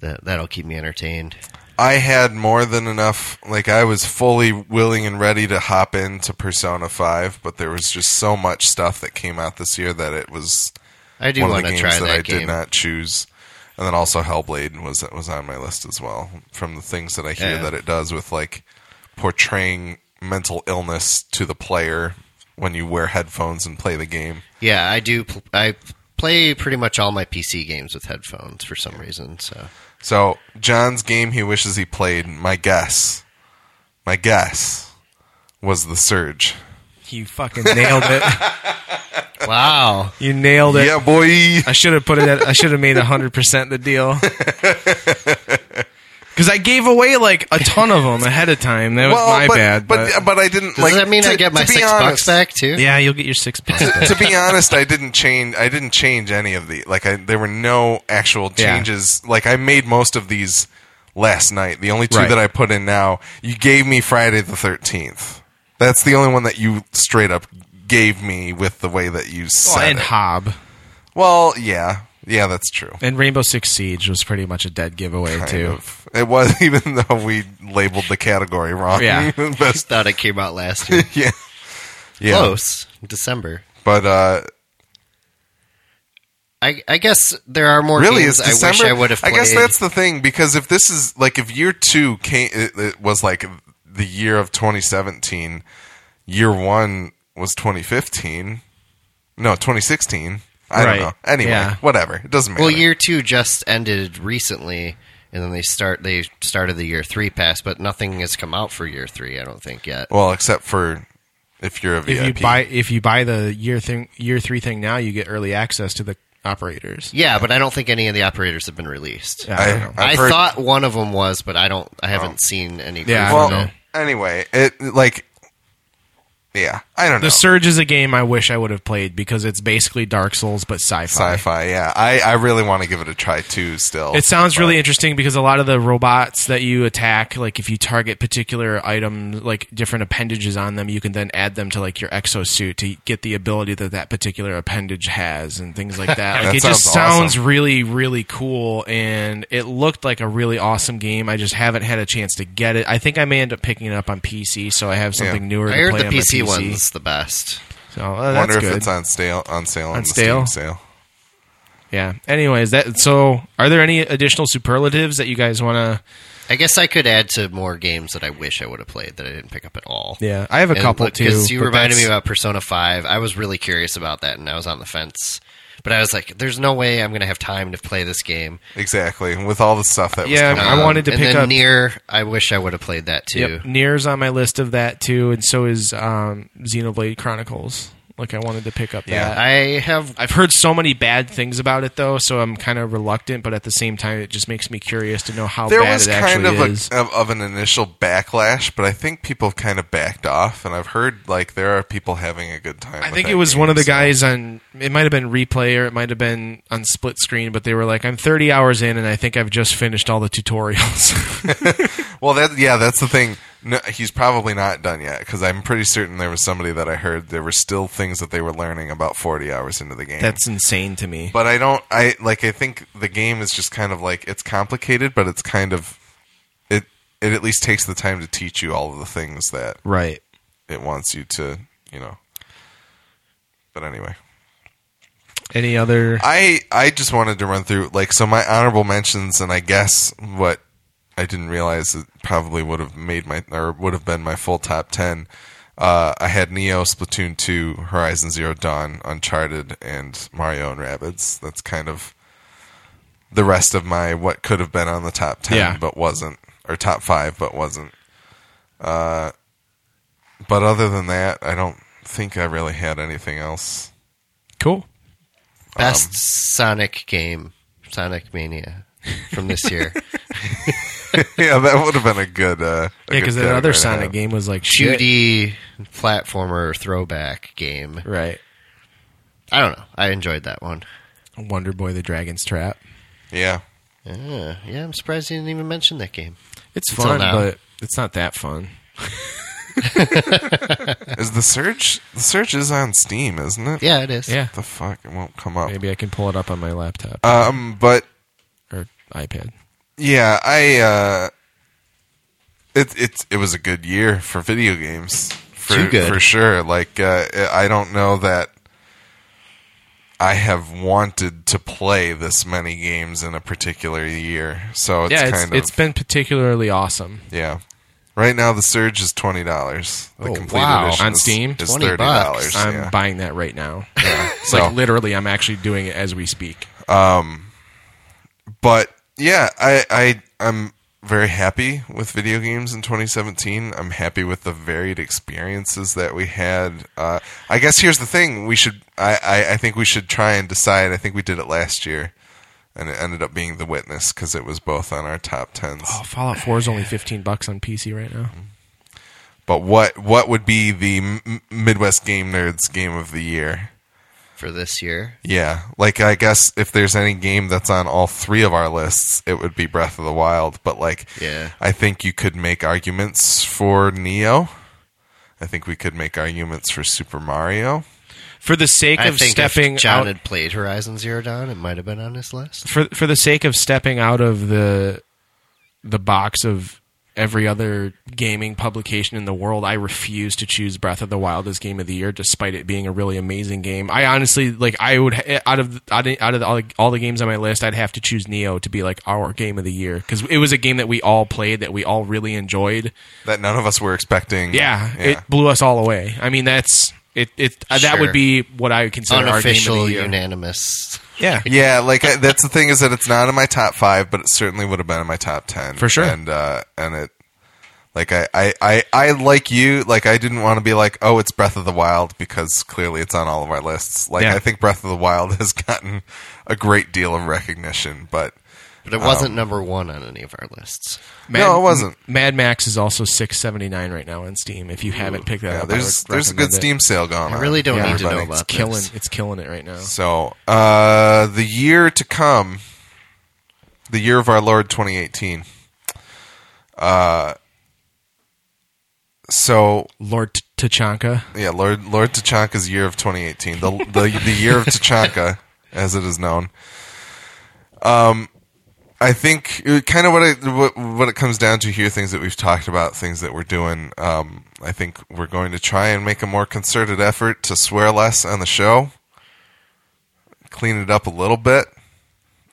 Speaker 3: that that'll keep me entertained.
Speaker 1: I had more than enough. Like I was fully willing and ready to hop into Persona Five, but there was just so much stuff that came out this year that it was
Speaker 3: I do
Speaker 1: one of
Speaker 3: want
Speaker 1: the
Speaker 3: to
Speaker 1: games
Speaker 3: try
Speaker 1: that
Speaker 3: that
Speaker 1: I
Speaker 3: game.
Speaker 1: did not choose. And then also Hellblade was was on my list as well. From the things that I hear
Speaker 3: Yeah.
Speaker 1: that it does with like portraying mental illness to the player when you wear headphones and play the game.
Speaker 3: Yeah, I do. Pl- I play pretty much all my PC games with headphones for some reason.
Speaker 1: (laughs)
Speaker 3: So
Speaker 1: So John's game he wishes he played. My guess, my guess was the Surge.
Speaker 2: You fucking nailed
Speaker 1: (laughs)
Speaker 2: it.
Speaker 3: wow,
Speaker 2: You nailed it.
Speaker 1: Yeah,
Speaker 2: (laughs)
Speaker 1: boy.
Speaker 2: I should have put it. At, I should have made hundred percent the deal.
Speaker 1: (laughs)
Speaker 2: Because I gave away like a ton of them ahead of time. That was my
Speaker 1: but,
Speaker 2: bad.
Speaker 1: But, but I didn't
Speaker 3: does
Speaker 1: like.
Speaker 3: that mean
Speaker 1: to-
Speaker 3: I get my
Speaker 1: to be
Speaker 3: six bucks
Speaker 1: honest-
Speaker 3: back too?
Speaker 2: yeah, you'll get
Speaker 1: (laughs)
Speaker 2: your six bucks. back.
Speaker 1: to be
Speaker 3: (laughs)
Speaker 1: honest, I didn't change. I didn't change any of the like. I, there were no actual
Speaker 2: Yeah.
Speaker 1: changes. Like I made most of these last night. The only two
Speaker 2: Right.
Speaker 1: that I put in now. You gave me Friday the Thirteenth. That's the only one that you straight up gave me with the way that you said
Speaker 2: Well, and
Speaker 1: it.
Speaker 2: Hob
Speaker 1: well, yeah, yeah, that's true.
Speaker 2: and Rainbow Six Siege was pretty much a dead giveaway
Speaker 1: Kind
Speaker 2: too.
Speaker 1: of. It was (laughs) even though we labeled the category wrong. (laughs)
Speaker 2: Yeah.
Speaker 1: Best-
Speaker 3: Thought it came out last year.
Speaker 1: yeah, (laughs) yeah.
Speaker 3: Close December.
Speaker 1: But uh,
Speaker 3: I, I guess there are more
Speaker 1: really
Speaker 3: games
Speaker 1: is December.
Speaker 3: I wish I would have played.
Speaker 1: guess that's the thing because if this is like if year two came, it, it was like the year of 2017. Year one was 2015. No, 2016. I
Speaker 2: Right.
Speaker 1: don't know. Anyway,
Speaker 2: Yeah.
Speaker 1: whatever. It doesn't matter.
Speaker 3: well, year two just ended recently, and then they start they started the year three pass, but nothing has come out for year three. I don't think yet.
Speaker 1: Well, except for if you're a
Speaker 2: If
Speaker 1: VIP.
Speaker 2: you buy if you buy the year thing year three thing now, you get early access to the operators.
Speaker 3: Yeah, but I don't think any of the operators have been released.
Speaker 2: Yeah, I don't
Speaker 1: I,
Speaker 2: know.
Speaker 1: I've
Speaker 3: I
Speaker 1: heard-
Speaker 3: thought one of them was, but I don't. I haven't seen any.
Speaker 2: Yeah, I
Speaker 3: proof
Speaker 2: don't
Speaker 1: Well,
Speaker 3: of it.
Speaker 2: know.
Speaker 1: anyway, it like yeah. I don't know.
Speaker 2: The Surge is a game I wish I would have played because it's basically Dark Souls but sci-fi.
Speaker 1: Sci-fi, yeah. I, I really want to give it a try too. Still,
Speaker 2: It sounds
Speaker 1: but-
Speaker 2: really interesting because a lot of the robots that you attack, like if you target particular items, like different appendages on them, you can then add them to like your exosuit to get the ability that that particular appendage has and
Speaker 1: (laughs)
Speaker 2: things like that. Like
Speaker 1: That
Speaker 2: it just
Speaker 1: sounds awesome.
Speaker 2: sounds really, really cool, and it looked like a really awesome game. I just haven't had a chance to get it. I think I may end up picking it up on PC, so I have something
Speaker 1: Yeah.
Speaker 2: newer.
Speaker 3: I
Speaker 2: to
Speaker 3: heard
Speaker 2: play
Speaker 3: the
Speaker 2: on my
Speaker 3: PC, one's the best.
Speaker 2: So uh, that's
Speaker 1: wonder if
Speaker 2: good.
Speaker 1: it's on sale on sale on, the
Speaker 2: sale?
Speaker 1: Steam sale.
Speaker 2: yeah. Anyways, that so are there any additional superlatives that you guys want to?
Speaker 3: I guess I could add to more games that I wish I would have played that I didn't pick up at all.
Speaker 2: Yeah, I have a
Speaker 3: And
Speaker 2: couple
Speaker 3: look,
Speaker 2: too.
Speaker 3: you
Speaker 2: but
Speaker 3: reminded
Speaker 2: that's-
Speaker 3: me about Persona Five. I was really curious about that, and I was on the fence. But I was like, "There's no way I'm going to have time to play this game."
Speaker 1: Exactly. With all the stuff that
Speaker 2: Yeah,
Speaker 1: was coming
Speaker 2: I
Speaker 1: out.
Speaker 2: wanted to
Speaker 3: and
Speaker 2: pick
Speaker 3: then
Speaker 2: up-
Speaker 3: Near. I wish I would have played that too.
Speaker 2: Yep, Nier's on my list of that too, and so is um, Xenoblade Chronicles. Like I wanted to pick up
Speaker 1: Yeah.
Speaker 2: that.
Speaker 3: I have.
Speaker 2: I, have heard so many bad things about it though, so I'm kind of reluctant. But at the same time, it just makes me curious to know how
Speaker 1: there
Speaker 2: bad
Speaker 1: was
Speaker 2: it
Speaker 1: kind
Speaker 2: actually
Speaker 1: of,
Speaker 2: is.
Speaker 1: a, of of an initial backlash, but I think people kind of backed off, and I've heard like there are people having a good time.
Speaker 2: I
Speaker 1: with
Speaker 2: think
Speaker 1: that
Speaker 2: it was
Speaker 1: game,
Speaker 2: one of the
Speaker 1: so-
Speaker 2: guys on. It might have been replay or it might have been on split screen, but they were like, "I'm 30 hours in, and I think I've just finished all the tutorials." (laughs)
Speaker 1: Well, that yeah, that's the thing. No, he's probably not done yet because I'm pretty certain there was somebody that I heard there were still things that they were learning about 40 hours into the game.
Speaker 2: That's insane to me.
Speaker 1: but I don't. I like. I think the game is just kind of like it's complicated, but it's kind of it. It at least takes the time to teach you all of the things that
Speaker 2: right.
Speaker 1: it wants you to, you know. But anyway,
Speaker 2: Any other?
Speaker 1: I I just wanted to run through like so my honorable mentions and I guess what I didn't realize it probably would have made my or would have been my full top ten. Uh, I had Neo, Splatoon two, Horizon Zero Dawn, Uncharted, and Mario and Rabbids. That's kind of the rest of my what could have been on the top ten
Speaker 2: Yeah.
Speaker 1: but wasn't, or top five but wasn't. Uh, but other than that, I don't think I really had anything else.
Speaker 2: Cool.
Speaker 3: Best Sonic game, Sonic Mania, from
Speaker 2: (laughs)
Speaker 3: this year.
Speaker 1: yeah, that would have been a good. Uh, a
Speaker 2: Yeah,
Speaker 1: good
Speaker 2: because that
Speaker 1: category
Speaker 2: other
Speaker 1: to
Speaker 2: Sonic
Speaker 1: have.
Speaker 2: game was like shit.
Speaker 3: 2D platformer throwback game.
Speaker 2: Right.
Speaker 3: I don't know. I enjoyed that one.
Speaker 2: Wonder Boy the Dragon's Trap.
Speaker 1: Yeah,
Speaker 3: Yeah, yeah, I'm surprised you didn't even mention that game.
Speaker 2: It's
Speaker 3: Until
Speaker 2: fun,
Speaker 3: now.
Speaker 2: but it's not that fun.
Speaker 1: is the search? The search is on Steam, isn't it?
Speaker 3: Yeah, it is.
Speaker 2: Yeah.
Speaker 1: The fuck, it won't come up.
Speaker 2: Maybe I can pull it up on my laptop
Speaker 1: Um, but
Speaker 2: or iPad.
Speaker 1: yeah, I. Uh, it it it was a good year for video games. For,
Speaker 3: Too good.
Speaker 1: for sure. Like uh, I don't know that. I have wanted to play this many games in a particular year, so it's
Speaker 2: yeah,
Speaker 1: kind
Speaker 2: it's,
Speaker 1: of
Speaker 2: it's been particularly awesome.
Speaker 1: Yeah. Right now, the surge is twenty dollars. The
Speaker 2: Oh,
Speaker 1: complete
Speaker 2: wow.
Speaker 1: edition
Speaker 2: On
Speaker 1: is-
Speaker 2: Steam?
Speaker 1: is
Speaker 3: 20
Speaker 1: thirty dollars.
Speaker 3: bucks.
Speaker 2: I'm
Speaker 1: Yeah.
Speaker 2: buying that
Speaker 1: (laughs)
Speaker 2: right now. It's
Speaker 1: So-
Speaker 2: like literally, I'm actually doing it as we speak.
Speaker 1: But yeah, I, I I'm very happy with video games in 2017. I'm happy with the varied experiences that we had. Uh, I guess here's the thing: we should. I, I I think we should try and decide. I think we did it last year, and it ended up being The Witness because it was both on our top tens.
Speaker 2: Oh, Fallout 4 is only 15 bucks on PC right now.
Speaker 1: Mm-hmm. But what what would be the M- Midwest Game Nerds Game of the Year?
Speaker 3: For this year.
Speaker 1: Yeah, like I guess if there's any game that's on all three of our lists, it would be Breath of the Wild. But like,
Speaker 3: Yeah.
Speaker 1: I think you could make arguments for Neo. I think we could make arguments for Super Mario.
Speaker 2: For the sake
Speaker 3: I
Speaker 2: of
Speaker 3: think
Speaker 2: stepping
Speaker 3: if John
Speaker 2: out,
Speaker 3: had played Horizon Zero Dawn, it might have been on his list.
Speaker 2: for for the sake of stepping out of the the box of every other gaming publication in the world, I refuse to choose Breath of the Wild as game of the year, despite it being a really amazing game. I honestly like I would ha- out of out of, out of all, the, all the games on my list, I'd have to choose Neo to be like our game of the year because it was a game that we all played that we all really enjoyed.
Speaker 1: That none of us were expecting.
Speaker 2: Yeah,
Speaker 1: yeah.
Speaker 2: it blew us all away. I mean, that's it. It uh, that
Speaker 3: Sure.
Speaker 2: would be what I would consider our game of
Speaker 3: Unofficial,
Speaker 2: the year.
Speaker 3: unanimous.
Speaker 2: yeah,
Speaker 1: Yeah, like I, that's the thing is that it's not in my top five, but it certainly would have been in my top ten
Speaker 2: For sure.
Speaker 1: And uh, and it like I, I I I like you like I didn't want to be like oh it's Breath of the Wild because clearly it's on all of our lists. Like
Speaker 2: Yeah.
Speaker 1: (laughs) I think Breath of the Wild has gotten a great deal of recognition, but
Speaker 3: but it wasn't number one on any of our lists.
Speaker 2: Mad,
Speaker 1: No, it wasn't.
Speaker 2: Mad Max is also six seventy nine right now on Steam. If you haven't picked that
Speaker 1: Yeah,
Speaker 2: up, I
Speaker 1: there's
Speaker 2: would
Speaker 1: there's a
Speaker 2: recommend
Speaker 1: good
Speaker 2: it.
Speaker 1: Steam sale going on.
Speaker 3: I really don't
Speaker 1: for
Speaker 3: need to know
Speaker 1: everybody.
Speaker 3: about
Speaker 2: It's killing.
Speaker 3: this.
Speaker 2: It's killing it right now.
Speaker 1: So, uh, the year to come, the year of our Lord 2018. Uh, so
Speaker 2: (laughs) Lord T- Tachanka.
Speaker 1: yeah, Lord Lord T'Chanka's year of 2018, the the, the year
Speaker 3: (laughs)
Speaker 1: of T'Chanka, as it is known. Um, I think kind of what it what, what it comes down to here, things that we've talked about, things that we're doing. Um, I think we're going to try and make a more concerted effort to swear less on the show, clean it up a little bit.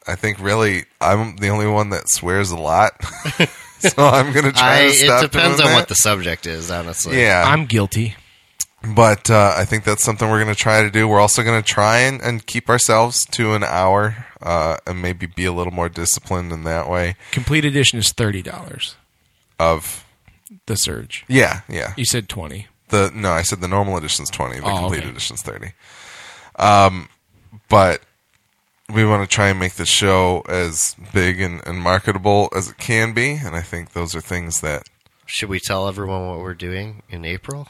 Speaker 1: I think really I'm the only one that swears a
Speaker 3: (laughs)
Speaker 1: lot, (laughs) so I'm going to try.
Speaker 3: I,
Speaker 1: to
Speaker 3: it
Speaker 1: stop
Speaker 3: depends on
Speaker 1: doing
Speaker 3: what
Speaker 1: that.
Speaker 3: the subject is, honestly.
Speaker 1: yeah.
Speaker 2: I'm guilty.
Speaker 1: But uh, I think that's something we're going to try to do. We're also going to try and, and keep ourselves to an hour uh, and maybe be a little more disciplined in that way.
Speaker 2: Complete edition is thirty dollars.
Speaker 1: Of
Speaker 2: The Surge.
Speaker 1: yeah, yeah.
Speaker 2: You said twenty.
Speaker 1: The no, I said the normal edition's twenty. The
Speaker 2: Oh,
Speaker 1: complete
Speaker 2: okay.
Speaker 1: edition's thirty. Um, but we want to try and make the show as big and, and marketable as it can be, and I think those are things that
Speaker 3: Should we tell everyone what we're doing in April?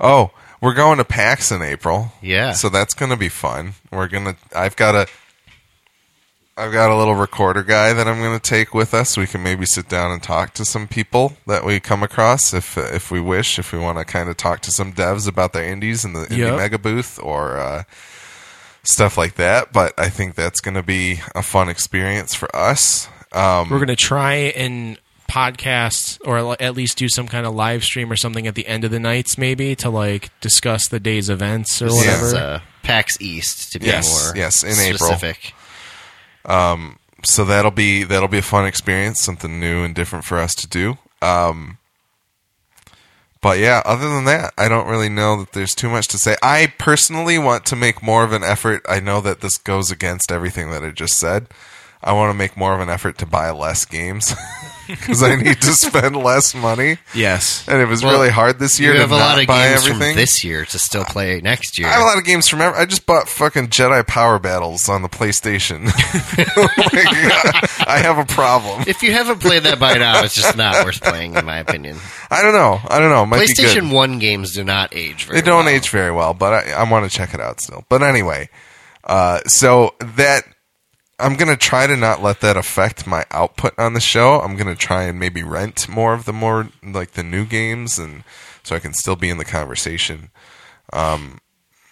Speaker 1: Oh, we're going to PAX in April.
Speaker 3: Yeah.
Speaker 1: So that's going to be fun. We're going to I've got a I've got a little recorder guy that I'm going to take with us. We can maybe sit down and talk to some people that we come across if if we wish, if we want to kind of talk to some devs about their indies in the indie
Speaker 2: Yep.
Speaker 1: mega booth or uh, stuff like that. But I think that's going to be a fun experience for us. Um,
Speaker 2: We're gonna try and podcast or li- at least do some kind of live stream or something at the end of the nights, maybe to like discuss the day's events or
Speaker 3: This
Speaker 1: Yeah.
Speaker 2: whatever.
Speaker 3: is, uh, PAX East, to be
Speaker 1: Yes,
Speaker 3: more
Speaker 1: yes, in April.
Speaker 3: specific.
Speaker 1: so that'll be that'll be a fun experience, something new and different for us to do. Um, but yeah, other than that, I don't really know that there's too much to say. I personally want to make more of an effort. I know that this goes against everything that I just said. I want to make more of an effort to buy less games (laughs) because I need to spend less money,
Speaker 2: yes.
Speaker 1: and it was
Speaker 3: Well,
Speaker 1: really hard this year
Speaker 3: You
Speaker 1: to
Speaker 3: have a
Speaker 1: not
Speaker 3: lot of
Speaker 1: buy
Speaker 3: games
Speaker 1: everything.
Speaker 3: from this year to still play next year.
Speaker 1: I have a lot of games from. Ever- I just bought fucking Jedi Power Battles on the PlayStation. (laughs) Like, (laughs) I have a problem.
Speaker 3: if you haven't played that by now, it's just not worth playing, in my opinion.
Speaker 1: I don't know. I don't know. It might be
Speaker 3: PlayStation
Speaker 1: good.
Speaker 3: One games do not age very.
Speaker 1: They don't
Speaker 3: well.
Speaker 1: age very well, but I, I want to check it out still. But anyway, uh, so that I'm gonna try to not let that affect my output on the show. I'm gonna try and maybe rent more of the more like the new games, and so I can still be in the conversation. Um,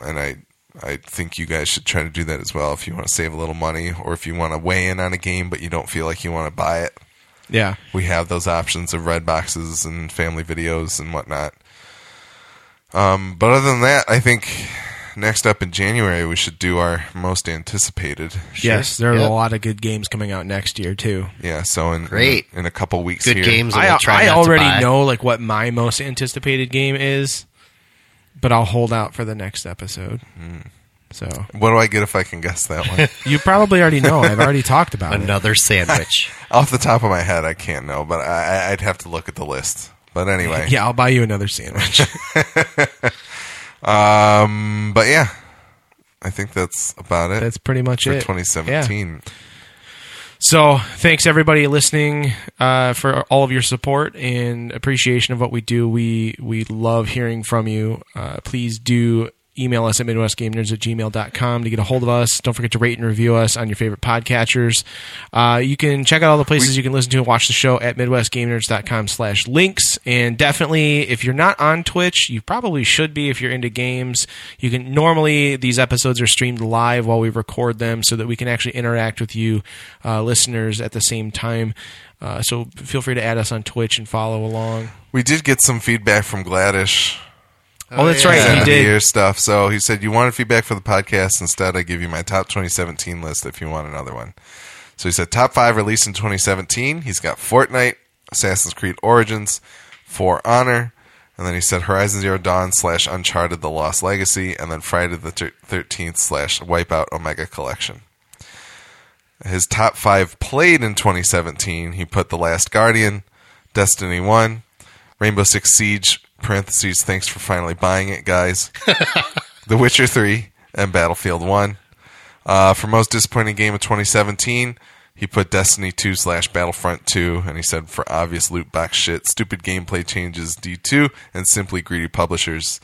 Speaker 1: and I. I think you guys should try to do that as well if you want to save a little money or if you want to weigh in on a game but you don't feel like you want to buy it.
Speaker 2: Yeah.
Speaker 1: we have those options of red boxes and family videos and whatnot. Um, but other than that, I think next up in January we should do our most anticipated.
Speaker 2: Yes. There are
Speaker 3: Yep.
Speaker 2: a lot of good games coming out next year too.
Speaker 1: Yeah, so in
Speaker 3: Great.
Speaker 1: in, a couple weeks
Speaker 3: Good
Speaker 1: here.
Speaker 3: games. That
Speaker 2: I,
Speaker 3: we'll try
Speaker 2: I
Speaker 3: not to buy.
Speaker 2: already know like what my most anticipated game is, but I'll hold out for the next episode.
Speaker 3: Hmm.
Speaker 2: So
Speaker 1: What do I get if I can guess that one?
Speaker 2: you probably already know. I've already talked about it.
Speaker 3: (laughs)
Speaker 1: (laughs)
Speaker 3: another sandwich.
Speaker 1: Off the top of my head, I can't know, but I, I- I'd have to look at the list. But anyway,
Speaker 2: Yeah, I'll buy you another sandwich.
Speaker 3: (laughs)
Speaker 1: Mm, but yeah, I think that's about it
Speaker 2: That's pretty much
Speaker 1: for
Speaker 2: it.
Speaker 1: 2017.
Speaker 2: So thanks everybody listening uh, for all of your support and appreciation of what we do. We we love hearing from you. Uh, please do email us at midwestgamenerds at gmail.com to get a hold of us. Don't forget to rate and review us on your favorite podcatchers. Uh, you can check out all the places you can listen to and watch the show at midwestgamenerds.com slash links. And definitely if you're not on Twitch, you probably should be if you're into games. You can normally these episodes are streamed live while we record them so that we can actually interact with you uh, listeners at the same time. Uh, so feel free to add us on Twitch and follow along.
Speaker 1: We did get some feedback from Gladish
Speaker 2: Oh, that's
Speaker 3: yeah.
Speaker 2: right.
Speaker 1: end of
Speaker 2: He
Speaker 1: the
Speaker 2: did.
Speaker 1: year stuff. So he said, "You wanted feedback for the podcast? Instead, I give you my top 2017 list if you want another one." So he said, "Top five released in 2017." He's got Fortnite, Assassin's Creed Origins, For Honor, and then he said Horizon Zero Dawn slash Uncharted: The Lost Legacy, and then Friday the thir- 13th slash Wipeout Omega Collection. His top five played in 2017. He put The Last Guardian, Destiny One, Rainbow Six Siege (parentheses Thanks for finally buying it, guys). (laughs) The Witcher Three and Battlefield One. Uh, for most disappointing game of 2017, He put Destiny 2 slash Battlefront 2, and he said, for obvious loot box shit, stupid gameplay changes D2, and simply greedy publishers.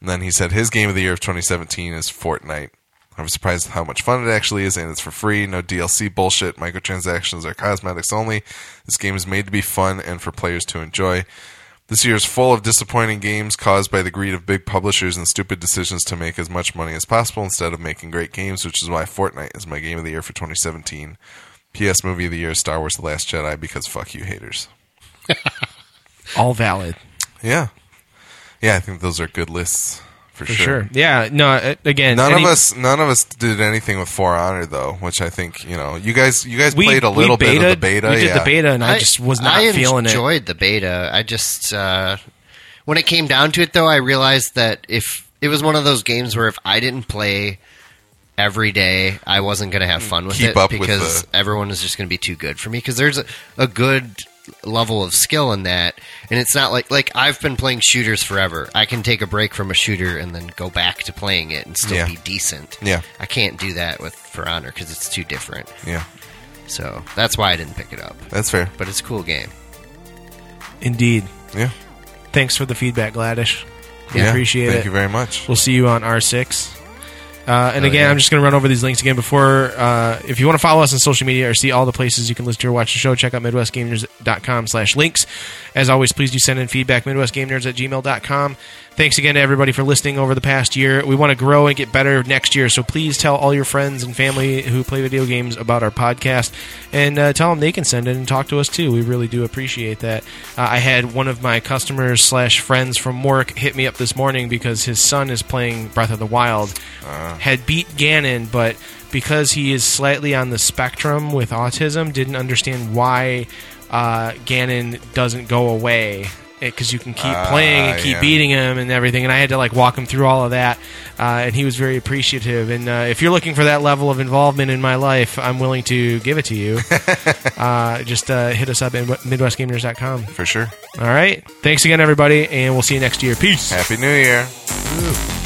Speaker 1: And then he said his game of the year of 2017 is Fortnite. I was surprised at how much fun it actually is, and it's for free. No DLC bullshit, microtransactions, or cosmetics only. This game is made to be fun and for players to enjoy. This year is full of disappointing games caused by the greed of big publishers and stupid decisions to make as much money as possible instead of making great games, which is why Fortnite is my game of the year for 2017. PS Movie of the Year is Star Wars The Last Jedi because fuck you haters.
Speaker 2: All valid.
Speaker 1: Yeah. Yeah, I think those are good lists for,
Speaker 2: For sure. Yeah. No. uh, Again,
Speaker 1: None
Speaker 2: any-
Speaker 1: of us, none of us did anything with For Honor though, which I think you know. You guys, you guys
Speaker 2: We
Speaker 1: played a little
Speaker 2: we
Speaker 1: bit of the
Speaker 2: betaed-
Speaker 1: beta.
Speaker 2: We did
Speaker 1: yeah.
Speaker 2: the beta, and I, just was not
Speaker 3: I
Speaker 2: feeling it.
Speaker 3: enjoyed the beta. I just uh, when it came down to it, though, I realized that if it was one of those games where if I didn't play every day, I wasn't going to have fun with
Speaker 1: Keep
Speaker 3: it
Speaker 1: up with
Speaker 3: because
Speaker 1: the-
Speaker 3: everyone is just going to be too good for me. Because there's a, a good level of skill in that, and it's not like like I've been playing shooters forever. I can take a break from a shooter and then go back to playing it and still
Speaker 1: Yeah.
Speaker 3: be decent.
Speaker 1: Yeah.
Speaker 3: I can't do that with For Honor because it's too different.
Speaker 1: Yeah,
Speaker 3: So that's why I didn't pick it up.
Speaker 1: that's fair.
Speaker 3: But it's a cool game.
Speaker 2: Indeed.
Speaker 1: Yeah,
Speaker 2: Thanks for the feedback, Gladish. We
Speaker 1: yeah.
Speaker 2: appreciate
Speaker 1: Thank
Speaker 2: it.
Speaker 1: you very much.
Speaker 2: We'll see you on R6. Uh, and again,
Speaker 3: yeah.
Speaker 2: I'm just going to run over these links again before. Uh, if you want to follow us on social media or see all the places you can listen to or watch the show, check out MidwestGameNerds.com slash links. As always, please do send in feedback, MidwestGameNerds at gmail.com. Thanks again to everybody for listening over the past year. We want to grow and get better next year, so please tell all your friends and family who play video games about our podcast and uh, tell them they can send in and talk to us too. We really do appreciate that. Uh, I had one of my customers slash friends from work hit me up this morning because his son is playing Breath of the Wild.
Speaker 1: Uh.
Speaker 2: Had beat Ganon, but because he is slightly on the spectrum with autism, didn't understand why uh, Ganon doesn't go away. Because you can keep
Speaker 1: Ah,
Speaker 2: playing and keep
Speaker 1: yeah.
Speaker 2: beating him and everything, and I had to like walk him through all of that, uh, and he was very appreciative. And uh, if you're looking for that level of involvement in my life, I'm willing to give it to you. uh, just uh, hit us up at MidwestGamers.com.
Speaker 1: For sure.
Speaker 2: All right, thanks again, everybody, and we'll see you next year. Peace.
Speaker 1: Happy New Year.
Speaker 3: Ooh.